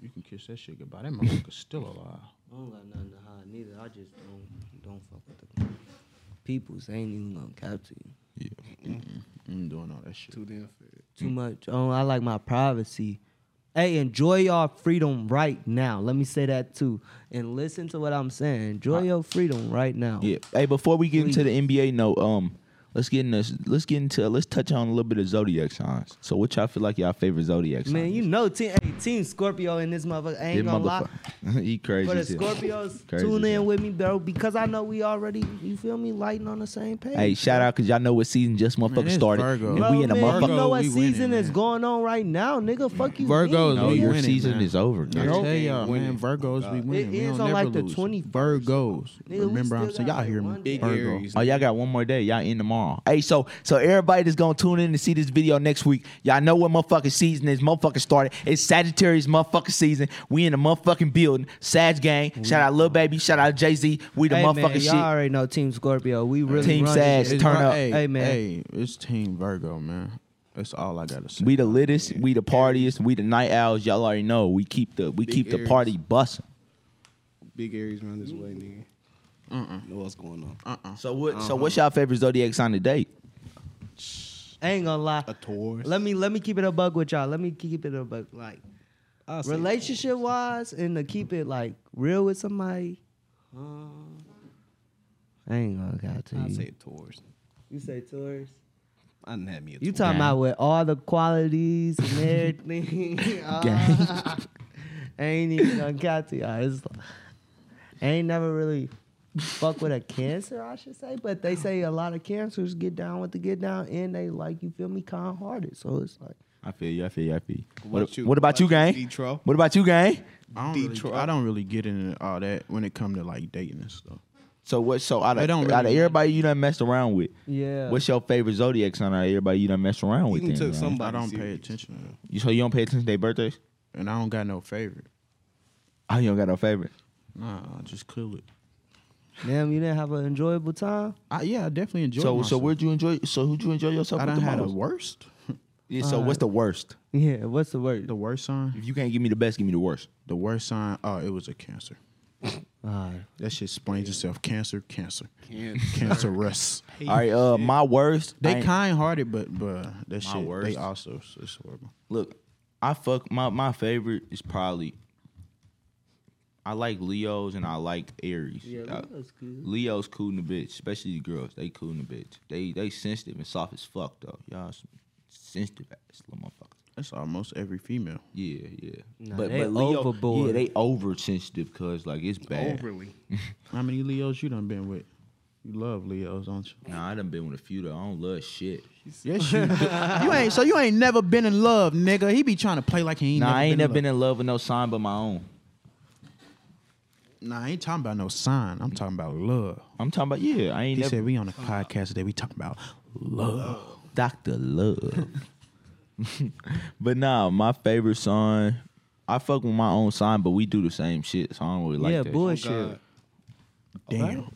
C: You can kiss that shit goodbye. That motherfucker's still alive.
E: I don't got nothing to hide neither. I just don't don't fuck with the peoples. They ain't even gonna capture you.
C: I'm doing all that shit.
D: Too damn fair.
E: Too much. Oh, I like my privacy. Hey, enjoy your freedom right now. Let me say that too. And listen to what I'm saying. Enjoy your freedom right now.
B: Yeah. Hey, before we get into the NBA note, um, let's get in this. Let's get into. Let's touch on a little bit of zodiac signs. So, what y'all feel like y'all favorite zodiac signs?
E: Man, you know team hey, team Scorpio in this motherfucker. I ain't gonna lie.
B: he crazy.
E: For the
B: as hell.
E: Scorpios,
B: Crazy
E: tune
B: as
E: in
B: hell.
E: with me, bro, because I know we already, you feel me, lighting on the same page.
B: Hey, shout out because y'all know what season just motherfucking
C: it's
B: started,
C: Virgo.
B: and
E: Bro,
B: we in a
E: man,
B: motherfucker.
E: You know what
C: we winning,
E: season is
C: man.
E: going on right now, nigga? Fuck you.
C: Virgos,
E: mean?
B: No,
C: we
B: your
C: winning,
B: season
C: man.
B: is over.
C: I
B: nigga.
C: tell
D: ain't
C: y'all,
D: winning.
C: man, Virgos, we
D: It
C: winning. We
E: ends
C: don't never
E: on, like, the
C: lose.
E: 21st.
C: Virgos.
E: we
C: Remember, I'm
E: still
C: so
E: got,
C: y'all
E: like,
C: hear me?
E: one day.
D: Big
C: Virgo.
D: Aries.
B: Oh, y'all got one more day. Y'all in tomorrow. Hey, so so everybody that's gonna tune in to see this video next week. Y'all know what motherfucking season is. Motherfucking started. It's Sagittarius motherfucking season. We in the motherfucking building. Sag gang. Shout out Lil Baby. Shout out Jay Z. We the
E: Hey, man,
B: motherfucking
E: y'all
B: shit.
E: already know Team Scorpio. We really
B: Team
E: running
B: Sag.
E: shit.
C: It's
B: turn
C: Vir-
B: up.
C: Hey,
E: Hey, man.
C: Hey, it's Team Virgo, man. That's all I gotta say.
B: We the littest. We the partiest. We the night owls. Y'all already know. We keep the we
D: Big
B: keep the
D: Aries.
B: party busting.
D: Big Aries around this way, nigga. Uh-uh. Know what's going on.
B: So what? So what's y'all favorite zodiac sign today?
E: I ain't gonna lie.
D: A Taurus.
E: Let me let me keep it a bug with y'all. Let me keep it a bug. Like
D: I'll say
E: relationship wise, and to keep it like real with somebody.
D: Uh-huh.
E: I ain't gonna got to
D: Taurus.
E: you.
D: I'll say Taurus.
E: you say Taurus.
D: I done had me a
E: You
D: Taurus.
E: talking
B: Gang.
E: about with all the qualities and everything. Ah, I ain't even gonna got to y'all. It's, I ain't never really fuck with a cancer, I should say, but they say a lot of cancers get down with the get down and they like you feel me, kind hearted. So it's like
B: I feel you. I feel you. I feel you.
D: What
B: What,
D: about you?
B: what about you, gang?
D: Detro?
B: What about you, gang?
C: I don't, really,
D: Detroit.
C: I don't really get into all that when it come to like dating and stuff.
B: So what? So out
C: They
B: of,
C: don't really-
B: out of everybody you done messed around with,
E: Yeah.
B: what's your favorite zodiac sign? Out of everybody you done messed around
D: You
B: with,
D: done
B: then,
D: took
B: gang?
D: somebody
C: I don't pay
D: serious.
C: attention to them.
B: You- So you don't pay attention to their birthdays?
C: And I don't got no favorite.
B: Oh, you don't got no favorite.
C: Nah, I just kill it.
E: Damn, you didn't have an enjoyable time?
C: I, yeah, I definitely enjoy
B: so
C: myself.
B: so where'd you enjoy? So who'd you enjoy yourself
C: I
B: with
C: done
B: the
C: had a
B: most?
C: worst.
B: yeah, so what's the worst?
E: Yeah, what's the word?
C: The worst sign?
B: If you can't give me the best, give me the worst.
C: The worst sign? Oh, it was a cancer. That shit explains itself. Cancer, cancer.
D: Cancer.
C: Cancerous.
B: All right, uh, my worst. I
C: They
B: ain't-
C: kind hearted, but but that
B: My
C: shit
B: worst.
C: they also it's horrible.
B: Look, I fuck my my favorite is probably. I like Leos and I like Aries. I- Leo's cool in the bitch, especially the girls. They cool in the bitch. They they sensitive and soft as fuck though. Y'all some sensitive ass little motherfuckers.
C: That's almost every female.
B: Yeah, yeah.
E: Nah, they overboard.
B: Yeah, they oversensitive cause like it's bad.
D: Overly.
C: How many Leos you done been with? You love Leos, don't you?
B: Nah, I done been with a few though. I don't love shit.
C: Yes, you. do. you ain't. So you ain't never been in love, nigga. He be trying to play like he ain't.
B: Nah,
C: never
B: I ain't
C: been
B: never
C: in
B: been in love with no sign but my own.
C: Nah, I ain't talking about no sign. I'm talking about love.
B: I'm talking about yeah. I ain't
C: He
B: never
C: said we on a podcast today. We talking about love.
B: Doctor Love. but nah, my favorite sign. I fuck with my own sign, but we do the oh, same shit, so I don't really like
E: yeah,
B: that.
E: bullshit.
D: God.
C: Damn.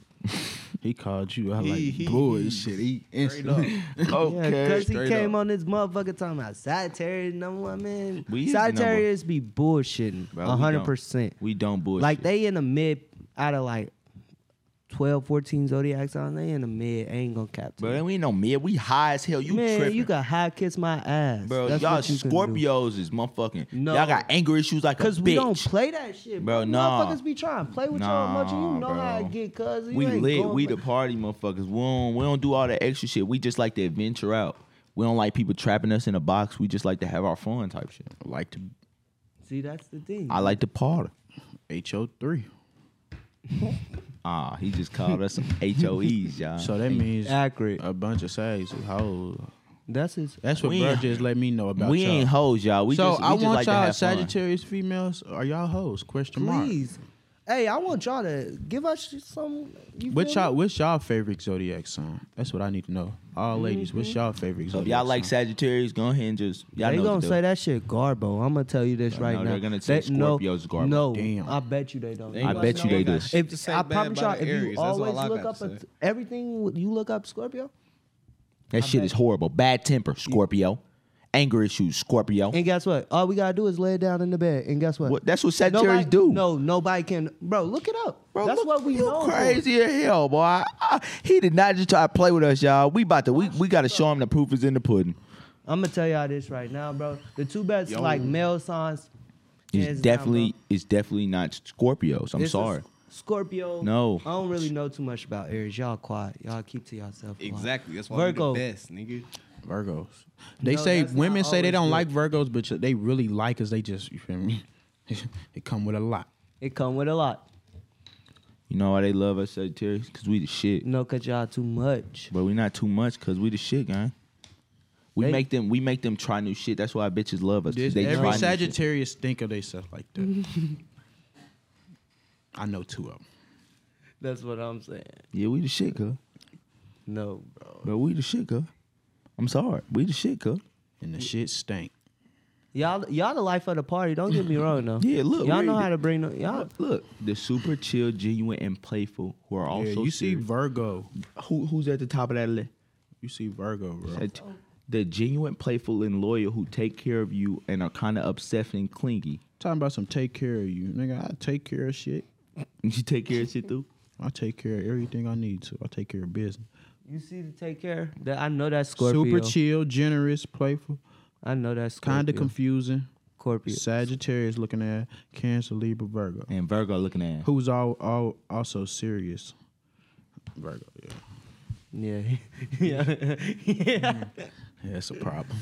C: He called you out
D: He- he-
C: like bullshit. He instantly.
E: Yeah, because he
D: straight
E: came
D: up.
E: on this motherfucker talking about Sagittarius number one man.
B: We is
E: Sagittarius be bullshitting
B: Bro, we don't-
E: hundred percent.
B: We don't bullshit.
E: Like they in the mid out of like 12, 14 zodiac signs. They in the mid. Ain't gonna cap. to
B: Bro,
E: you.
B: we ain't no mid. We high as hell. You
E: man,
B: tripping.
E: you got high kiss my ass,
B: Bro,
E: That's
B: y'all
E: what you can do.
B: Scorpios is motherfucking.
E: No.
B: Y'all got anger issues like a
E: Cause
B: bitch.
E: we don't play that shit, bro.
B: Bro, nah.
E: Motherfuckers be trying to play with y'all
B: Nah,
E: much. and You know
B: bro.
E: how I get, cuz you
B: we
E: ain't
B: lit.
E: Going
B: We
E: pla-
B: the party motherfuckers. We don't, we don't do all that extra shit. We just like to adventure out. We don't like people trapping us in a box. We just like to have our fun type shit.
C: like to
E: See, that's the thing.
B: I like to party.
C: HO three.
B: Ah, he just called us some HOEs, y'all.
C: So that means
B: Uh,
E: Accurate.
C: a bunch of sags is hoes.
E: That's his.
C: That's what
B: We
C: bro
B: ain't-
C: just let me know about.
B: we
C: y'all.
B: ain't hoes, y'all. We
C: so
B: just, we
C: I
B: just
C: want
B: like to
C: y'all
B: have fun.
C: Sagittarius females. Are y'all hoes? Question mark.
E: Please. Hey, I want y'all to give us some. You
C: What's
E: feel me?
C: y'all, what's y'all favorite zodiac sign? That's what I need to know. All ladies, what's y'all favorite
B: Mm-hmm. So if
C: zodiac
B: y'all like
C: sign?
B: Sagittarius, go ahead and just y'all
E: they
B: know what
E: gonna
B: to
E: say
B: do.
E: that shit Garbo. I'm gonna tell you this
B: No,
E: right
B: no,
E: now.
B: they're gonna say
E: They- no,
B: Scorpio's Garbo.
E: No,
C: Damn.
E: I bet you they don't.
B: I
E: You
B: bet
E: guys
B: you
E: know
B: they
E: that.
B: do.
D: Shit to say
E: I
D: bad
E: promise y'all,
D: about
E: if you
D: Aries, that's all
E: always
D: I
E: look
D: got
E: up
D: to
E: a,
D: say.
E: everything you look up Scorpio,
B: That shit is horrible. Bad temper, Scorpio. Anger issues, Scorpio.
E: and guess what? All we gotta do is lay it down in the bed, and guess what?
B: What- that's what Sagittarius
E: nobody,
B: do.
E: No, nobody can. Bro, look it up.
B: Bro,
E: that's
B: look,
E: what we
B: you
E: know.
B: crazy as hell, boy. I- he did not just try to play with us, y'all. We about to we, we gotta show him the proof is in the pudding.
E: I'm gonna tell y'all this right now, bro. The two best like male signs. hands
B: It's
E: down,
B: definitely
E: bro.
B: it's definitely not Scorpios. I'm
E: It's a
B: sorry.
E: Scorpio.
B: No.
E: I don't really know too much about Aries. Y'all quiet. Y'all keep to yourself. a lot.
D: Exactly. That's why
E: Virgo.
D: we the best, nigga.
C: Virgos. They
E: No,
C: say
E: that's not
C: women say they
E: always
C: don't
E: good.
C: like Virgos, but they really like us. They just you feel me? it come with a lot.
E: It come with a lot.
B: You know why they love us Sagittarius? Cause we the shit.
E: No, cause y'all too much.
B: But we not too much cause we the shit, gang. We
E: They-
B: make them we make them try new shit. That's why bitches love us. 'cause
C: This,
B: they
C: every
B: try new shit.
C: Sagittarius think of themselves like that. I know two of them.
E: That's what I'm saying.
B: Yeah, we the shit, cuz.
E: No, bro.
B: But we the shit, cuz. I'm sorry. We the shit, cuz.
C: And the shit stank.
E: Y'all, y'all the life of the party. Don't get me wrong, though.
B: Yeah, look,
E: Y'all
B: read
E: know how
B: it.
E: to bring the, y'all.
B: Look, the super chill, genuine, and playful who are also
C: yeah, you see
B: serious.
C: Virgo.
B: who who's at the top of that list?
C: You see Virgo, bro.
B: Sag- the genuine, playful, and loyal who take care of you and are kind of obsessive and clingy.
C: Talking about some take care of you, nigga. I take care of shit.
B: You take care of shit too.
C: I take care of everything I need to. I take care of business.
E: You see to take care. That I know that's Scorpio.
C: Super chill, generous, playful,
E: I know that's Scorpio.
C: kind of confusing.
E: Scorpio.
C: Sagittarius looking at Cancer, Libra, Virgo.
B: And Virgo looking at.
C: Who's all, all also serious? Virgo, yeah.
E: Yeah, yeah, yeah.
C: Yeah, that's a problem.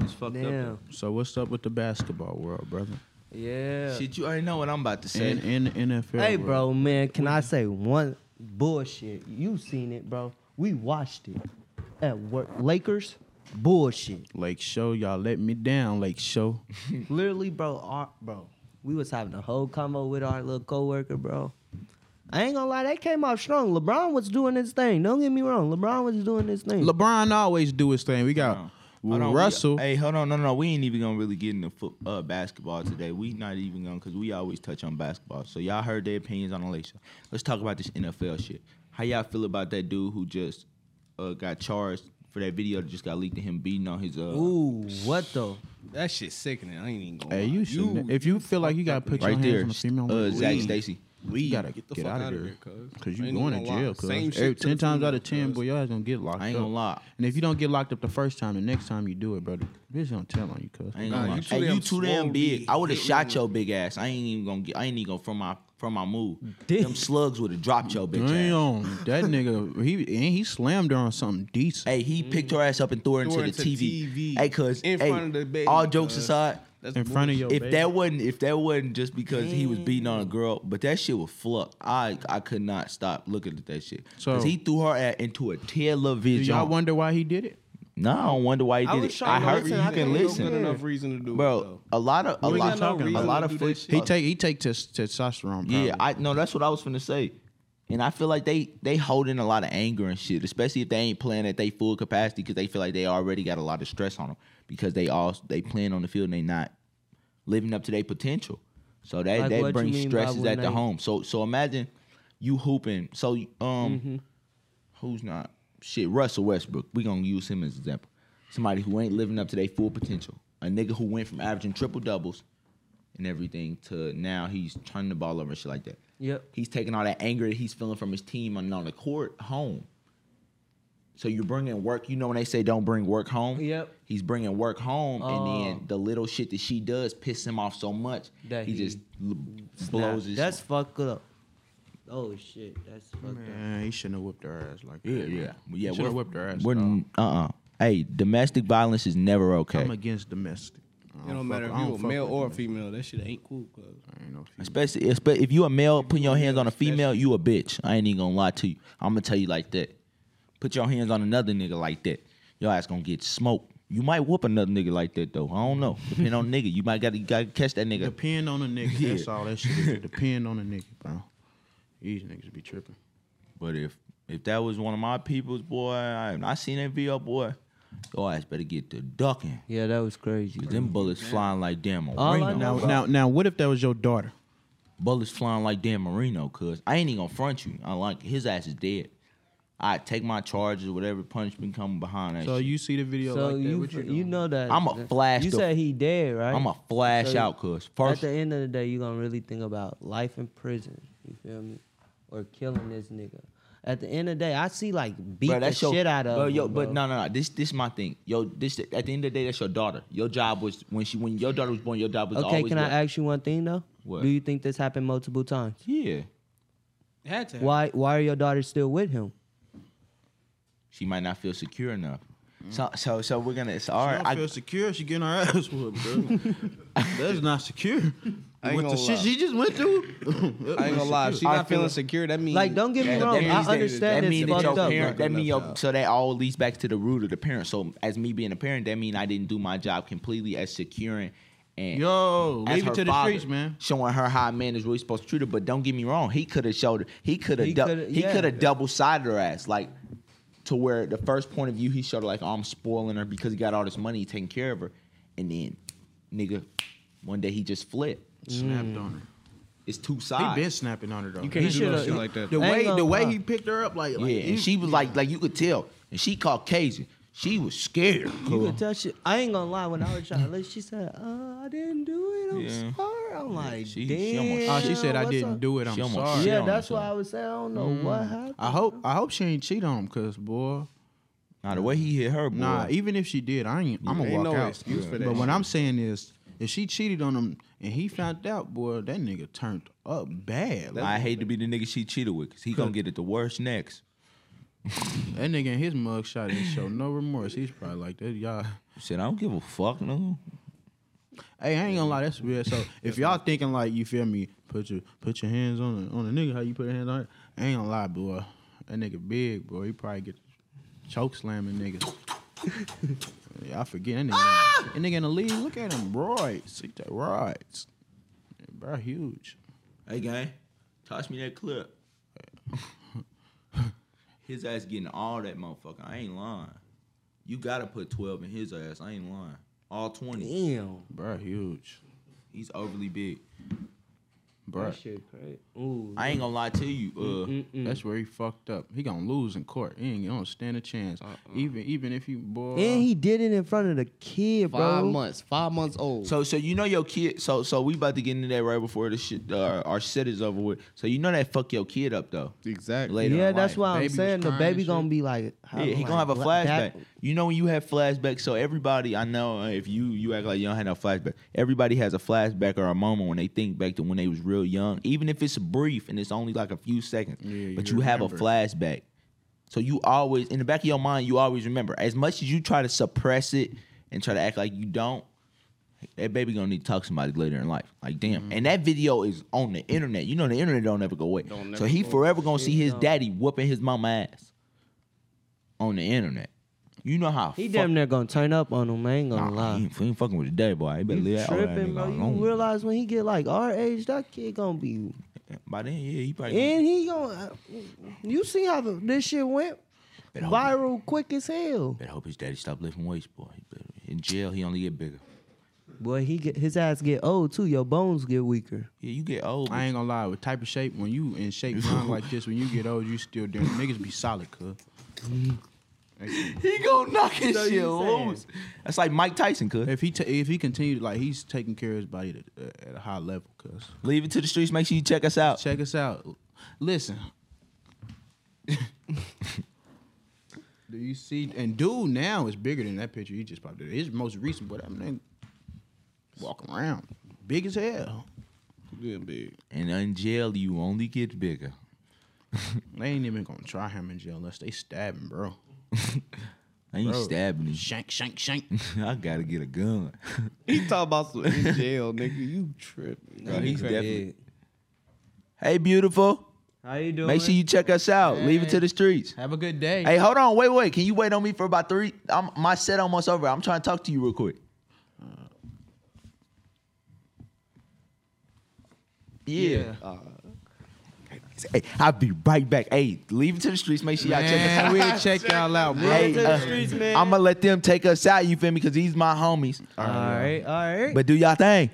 B: It's fucked
E: Damn.
C: so what's up with the basketball world, brother?
E: Yeah.
B: Shit, you already know what I'm about to say.
C: And in the NFL.
E: Hey,
C: world.
E: bro, man. Can I say one bullshit? You seen it, bro. We watched it at work. Lakers. Bullshit.
C: Lake Show, y'all let me down, Lake Show.
E: Literally, bro, our, bro, we was having a whole combo with our little coworker, bro. I ain't gonna lie, they came out strong. LeBron was doing his thing. Don't get me wrong. LeBron was doing his thing.
C: LeBron always do his thing. We got
B: Hold on, we-
C: Russell.
B: hey, hold on, no, no, no. We ain't even gonna really get into foot, uh, basketball today. We not even gonna because we always touch on basketball. So y'all heard their opinions on Alicia. Let's talk about this NFL shit. How y'all feel about that dude who just uh, got charged for that video that just got leaked to him beating on his uh?
E: Ooh, what though?
D: That shit sickening. I ain't even gonna.
C: Hey,
D: lie.
C: you should. not if you feel like you gotta put your
B: right
C: hands
B: there,
C: on a female,
B: uh,
C: like,
B: Zach
C: leave.
B: Stacy.
C: you gotta
D: Get
C: get,
D: the fuck
C: out
D: outta
C: of there,
D: there, cuz.
C: cause you
D: Ain't
C: going
D: gonna
C: to
D: lie.
C: jail. Cause
D: Same shit
C: every,
D: to
C: ten
D: the
C: times
D: female,
C: out of ten,
D: cuz.
C: boy, y'all gonna get locked.
B: I ain't
C: up.
B: gonna lie.
C: And if you don't get locked up the first time, the next time you do it, brother, bitch gonna tell on you, cuz.
B: I ain't
D: Nah,
B: gonna lie.
D: you too
B: Hey,
D: damn
B: you too damn
D: swole,
B: big.
D: B.
B: I would have
D: Hit
B: shot
D: me.
B: your big ass. I ain't even gonna get. I ain't even gonna from my from my move.
E: Damn.
B: Them slugs would have dropped your bitch ass.
C: Damn, that nigga, he and he slammed her on something decent.
B: Hey, he picked her ass up and threw her into
D: Mm-hmm. Threw her
B: the
D: into
B: TV.
D: TV.
B: Hey, cuz
D: In
B: hey,
D: front of the baby,
B: all jokes
D: cuz.
B: aside,
D: That's
C: in front of your
B: if
C: baby.
B: that wasn't if that wasn't just because he was beating on a
D: Mm-hmm.
B: girl, but that shit was fluff. I I could not stop looking at that shit.
C: So-
B: Cause he threw her at, into a
C: Do
B: television.
C: y'all wonder why he did it?
B: no, I don't wonder why he
E: I
B: did
E: was
B: it. I
E: trying to
B: heard
E: listen.
B: you
E: I
B: can
E: couldn't go
B: listen,
E: good
D: enough reason to do it,
B: bro.
D: though.
B: A lot of a
D: We
B: lot
D: got no
B: a
D: reason
B: lot
D: to
B: of
D: do
B: freak,
D: that shit.
C: He take he take tes- testosterone. Probably.
B: Yeah, I no, that's what I was finna say. And I feel like they they holding a lot of anger and shit, especially if they ain't playing at they full capacity because they feel like they already got a lot of stress on them because they all they playing on the field and they not living up to their potential. So they
E: Like
B: they
E: what you
B: bring
E: mean by
B: stresses
E: when
B: at the
E: they-
B: home. So so imagine you hooping. So you- um,
E: Mm-hmm.
B: who's not shit? Russell Westbrook. We gonna use him as example. Somebody who ain't living up to their full potential. A nigga who went from averaging triple doubles and everything to now he's turning the ball over and shit like that.
E: Yep.
B: He's taking all that anger that he's feeling from his team and on the court home. So you're bringing work. You know when they say don't bring work home.
E: Yep.
B: He's bringing work home, and
E: Oh.
B: then the little shit that she does pisses him off so much
E: That
B: he,
E: he
B: just l- blows his.
E: That's fucked up. Oh shit, that's fucked up.
C: Man, he shouldn't have whipped her ass like
B: yeah,
C: that.
B: yeah, yeah.
C: He should have whipped her ass.
B: We're uh uh-uh. Hey, domestic violence is never okay,
C: I'm against domestic. I
D: It
C: don't
D: don't matter
C: fuck-
D: if
C: I
D: you a
C: don't fuck
D: male
C: with
D: or a
C: domestic.
D: female. That shit ain't cool, cuz.
C: I ain't no female.
B: especially if, if you a male putting your hands on a female, you a bitch. I ain't even gonna lie to you. I'm gonna tell you like that. Put your hands on another nigga like that, your ass gonna get smoked. You might whoop another nigga like that though. I don't know. Depending on nigga, you might gotta, gotta catch that nigga.
C: Depend on a nigga.
B: Yeah.
C: That's all that shit is. Depend on a nigga, bro. These niggas be tripping.
B: But if if that was one of my people's boy, I have not seen that video, boy. Your ass better get to ducking.
E: Yeah, that was crazy.
B: Cause them bullets flying like damn
E: All I
B: Marino.
E: know-
C: Now,
E: Wow.
C: now, now, what if that was your daughter?
B: Bullets flying like damn Marino, cuz. I ain't even gonna front you. I like his ass is dead. I take my charges, whatever punishment coming behind that
C: So
B: shit.
C: you see the video
E: So
C: like that?
E: you
C: what you,
E: you, know that
B: I'ma
E: that-
B: flash
E: You
B: the-
E: said he dead, right?
B: I'ma flash
E: So
B: out, cuz. First
E: At the end of the day, you gonna really think about life in prison. You feel me? Or killing this nigga. At the end of the day, I see like beat
B: Bro,
E: the
B: that's your-
E: shit out of
B: bro,
E: him,
B: yo, But
E: bro.
B: no, no, no. This, this my thing. Yo, this at the end of the day, that's your daughter. Your job was when she, when your daughter was born, your job was
E: Okay,
B: always.
E: can I
B: what?
E: ask you one thing though?
B: What?
E: Do you think this happened multiple times?
B: Yeah,
D: Had to.
E: Why why are your daughters still with him?
B: she might not feel secure enough.
E: Mm.
B: So, so, so we're gonna. It's all
C: I
B: right.
C: don't
B: I-
C: feel secure. She getting her ass whooped, bro. That's not secure.
D: I ain't
C: With the
D: gonna
C: shit
D: lie.
C: she just went through.
D: I ain't gonna lie. If she
B: I
D: not
B: feel
D: feeling
B: it.
D: secure, that means
E: Like, don't get me
B: Yeah,
E: wrong.
B: that
E: I
B: means
D: that-
E: understand
B: that
E: it's
B: mean that
E: fucked
B: your
E: up.
B: parent,
E: bro.
B: that mean your,
D: Yeah.
B: so that all leads back to the root of the parent. So as me being a parent, that mean I didn't do my job completely as securing and
C: Yo,
B: as
C: leave
B: her
C: it to the
B: father,
C: streets, man.
B: Showing her how a man is really supposed to treat her. But don't get me wrong, he could have showed her. He could have.
E: He
B: He
E: coulda-
B: could
E: yeah.
B: have double sided her ass, like to where the first point of view he showed her like, oh, I'm spoiling her because he got all this money, he taking care of her, and then nigga, one day he just flipped.
C: Snapped on her.
B: It's two
C: He
B: sides.
C: been snapping on her though.
D: You can't
E: He
D: do no
E: shoulda-
D: shit like that.
C: The
E: I ain't
C: way
E: gonna
C: the way
E: lie.
C: he picked her up, like, like
B: yeah,
C: you-
B: and she was like, like you could tell, and she Caucasian. She was scared.
C: Oh,
E: You could tell she. I ain't gonna lie. When I was trying to look, she said, uh, "I didn't do it. I'm
B: Yeah.
E: sorry." I'm like,
B: she-
E: "Damn."
B: she almost-
C: Oh, she said I
E: what's
C: didn't
E: up?"
C: do it. I'm
B: She almost
C: sorry.
B: shit
E: Yeah,
B: on
E: that's why
B: herself.
E: I was saying I don't know
B: Mm.
E: what happened.
C: I hope I hope she ain't cheat on him, cause boy,
B: Nah, the way he hit her, boy.
C: nah. Even if she did, I ain't. I'm gonna
D: Ain't
C: walk
D: no
C: out.
D: excuse for that
C: But what
D: shit.
C: I'm saying is, if she cheated on him and he found out, boy, that nigga turned up bad. Like,
B: I hate to be the nigga she cheated with, cause he gonna get it the worst next.
C: that nigga in his mugshot didn't show no remorse. He's probably like that, y'all.
B: He said, I don't give a fuck, no.
C: Hey, I ain't gonna lie, that's weird. So if y'all thinking like you feel me, put your put your hands on a, on a nigga, how you put your hands on it? I ain't gonna lie, boy. That nigga big, boy. He probably get choke slamming niggas. yeah, I forget that nigga. That nigga in the league, look at him, roids. See that roids, Yeah, bro, huge.
B: Hey, gang, toss me that clip. his ass getting all that motherfucker. I ain't lying. You gotta put 12 in his ass. I ain't lying. All 20.
E: Damn.
C: Bro, huge.
B: He's overly big.
C: Bro,
E: That shit crazy. Ooh.
B: I ain't gonna lie to you. Uh,
C: that's where he fucked up. He gonna lose in court. He ain't gonna stand a chance. Even even if you boy.
E: Uh-uh. and he did it in front of the kid, bro.
D: Five months. Five months old.
B: So so you know your kid. So so we about to get into that right before the shit uh, our shit is over with. So you know that fuck your kid up though.
D: exactly.
B: Later
E: Yeah,
B: in
E: that's
B: life.
E: why
C: Baby
E: I'm
C: was
E: saying the
C: crying
E: baby
C: and
E: gonna
C: shit.
E: be like, how-
B: Yeah, he gonna have a
E: like,
B: flashback.
E: that-
B: you know when you have flashbacks, so everybody I know uh, if you you act like you don't have no flashback, everybody has a flashback or a moment when they think back to when they was real young, even if it's brief and it's only like a few seconds.
C: Yeah,
B: but you
C: you
B: have a
C: remember.
B: flashback, so you always in the back of your mind you always remember. As much as you try to suppress it and try to act like you don't, that baby gonna need to talk to somebody later in life. Like damn, and that video is on the internet. You know the internet don't ever go away.
D: Don't
B: so
D: never
B: he
D: go
B: forever gonna see his
E: no.
B: daddy whooping his mama ass on the internet. You know how
E: He
B: fuck-
E: damn near gonna turn up on him. I ain't
B: Nah,
E: gonna lie.
B: He, ain't- he ain't fucking with the daddy boy. He better leave
E: You
B: that old ass
E: tripping,
B: nigga
E: bro. You
B: alone.
E: realize when he get like our age, that kid gonna be
B: By then, yeah, he probably
E: and he gonna uh, you see how the, this shit went
B: better, hope,
E: viral quick as hell.
B: better hope his daddy stop lifting weights, boy. He better- in jail, he only get bigger.
E: boy. He get his ass get old too. Your bones get weaker.
B: Yeah, you get old.
C: I ain't gonna lie, with type of shape, when you in shape run like this, when you get old, you still doing niggas be solid, cuz.
F: He gonna knock his
B: but-
F: shit
B: Yeah,
F: loose.
B: That's like Mike Tyson, could
C: If he ta if he continued like he's taking care of his body to, at a high level, cuz.
B: leave it to the streets. Make sure you check us out.
C: Check us out. Listen. do you see? And dude now is bigger than that picture you just popped. in. His most recent, but I mean, walking around, big as hell.
D: Good big.
B: And in jail, you only get bigger.
C: They ain't even gonna try him in jail unless they stab him, bro.
B: I ain't
C: Bro.
B: stabbing you.
C: Shank, shank, shank.
B: I gotta get a gun.
D: He talking about some in jail, nigga. You tripping?
B: Bro, he's
D: Yeah.
B: definitely. Hey, beautiful.
E: How you doing?
B: Make sure you check us out. Leave it to
C: Hey.
B: the streets.
C: Have a good day.
B: Hey, hold on. Wait, wait. Can you wait on me for about three? I'm, my set almost over. I'm trying to talk to you real quick. Yeah. Hey, I'll be right back. Hey, leave it to the streets. Make sure y'all check us out.
C: Man, we'll check y'all out, bro.
B: Hey,
E: to the streets, man.
B: I'm gonna let them take us out. You feel me? Because these my homies.
E: all right, all right.
B: But do y'all thing.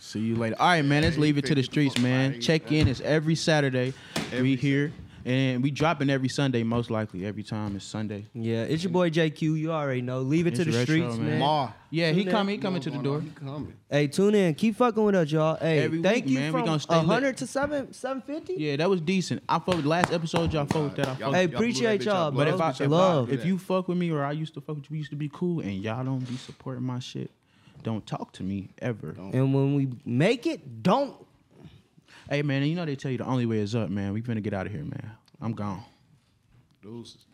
C: See you later. All right, man. Let's leave it to the streets, man. Check in is every Saturday. we here and we dropping every Sunday, most likely. Every time it's Sunday.
E: yeah, it's your boy JQ. You already know. Leave it to
C: It's
E: the
C: retro,
E: streets, man.
C: Ma. Yeah, he
E: Tune in.
C: coming. He coming to the door.
D: He coming.
E: Hey, tune in. Keep fucking with us, y'all. Hey,
C: Every
E: thank
C: week,
E: you
C: man. We
E: from
C: gonna stay lit.
E: 100 to 7 750.
C: Yeah, that was decent. I fuck with last episode. Y'all fuck with that. I fuck.
E: Hey,
C: With
D: blew that
E: appreciate
D: bitch
E: y'all,
D: out.
E: bro.
C: but if I, if,
E: Love.
C: I, if you fuck with me or I used to fuck with you, we used to be cool, and y'all don't be supporting my shit. Don't talk to me ever.
E: And when we make it, don't.
C: Hey man, you know they tell you the only way is up, man. We finna get out of here, man. I'm gone.
D: Deuces.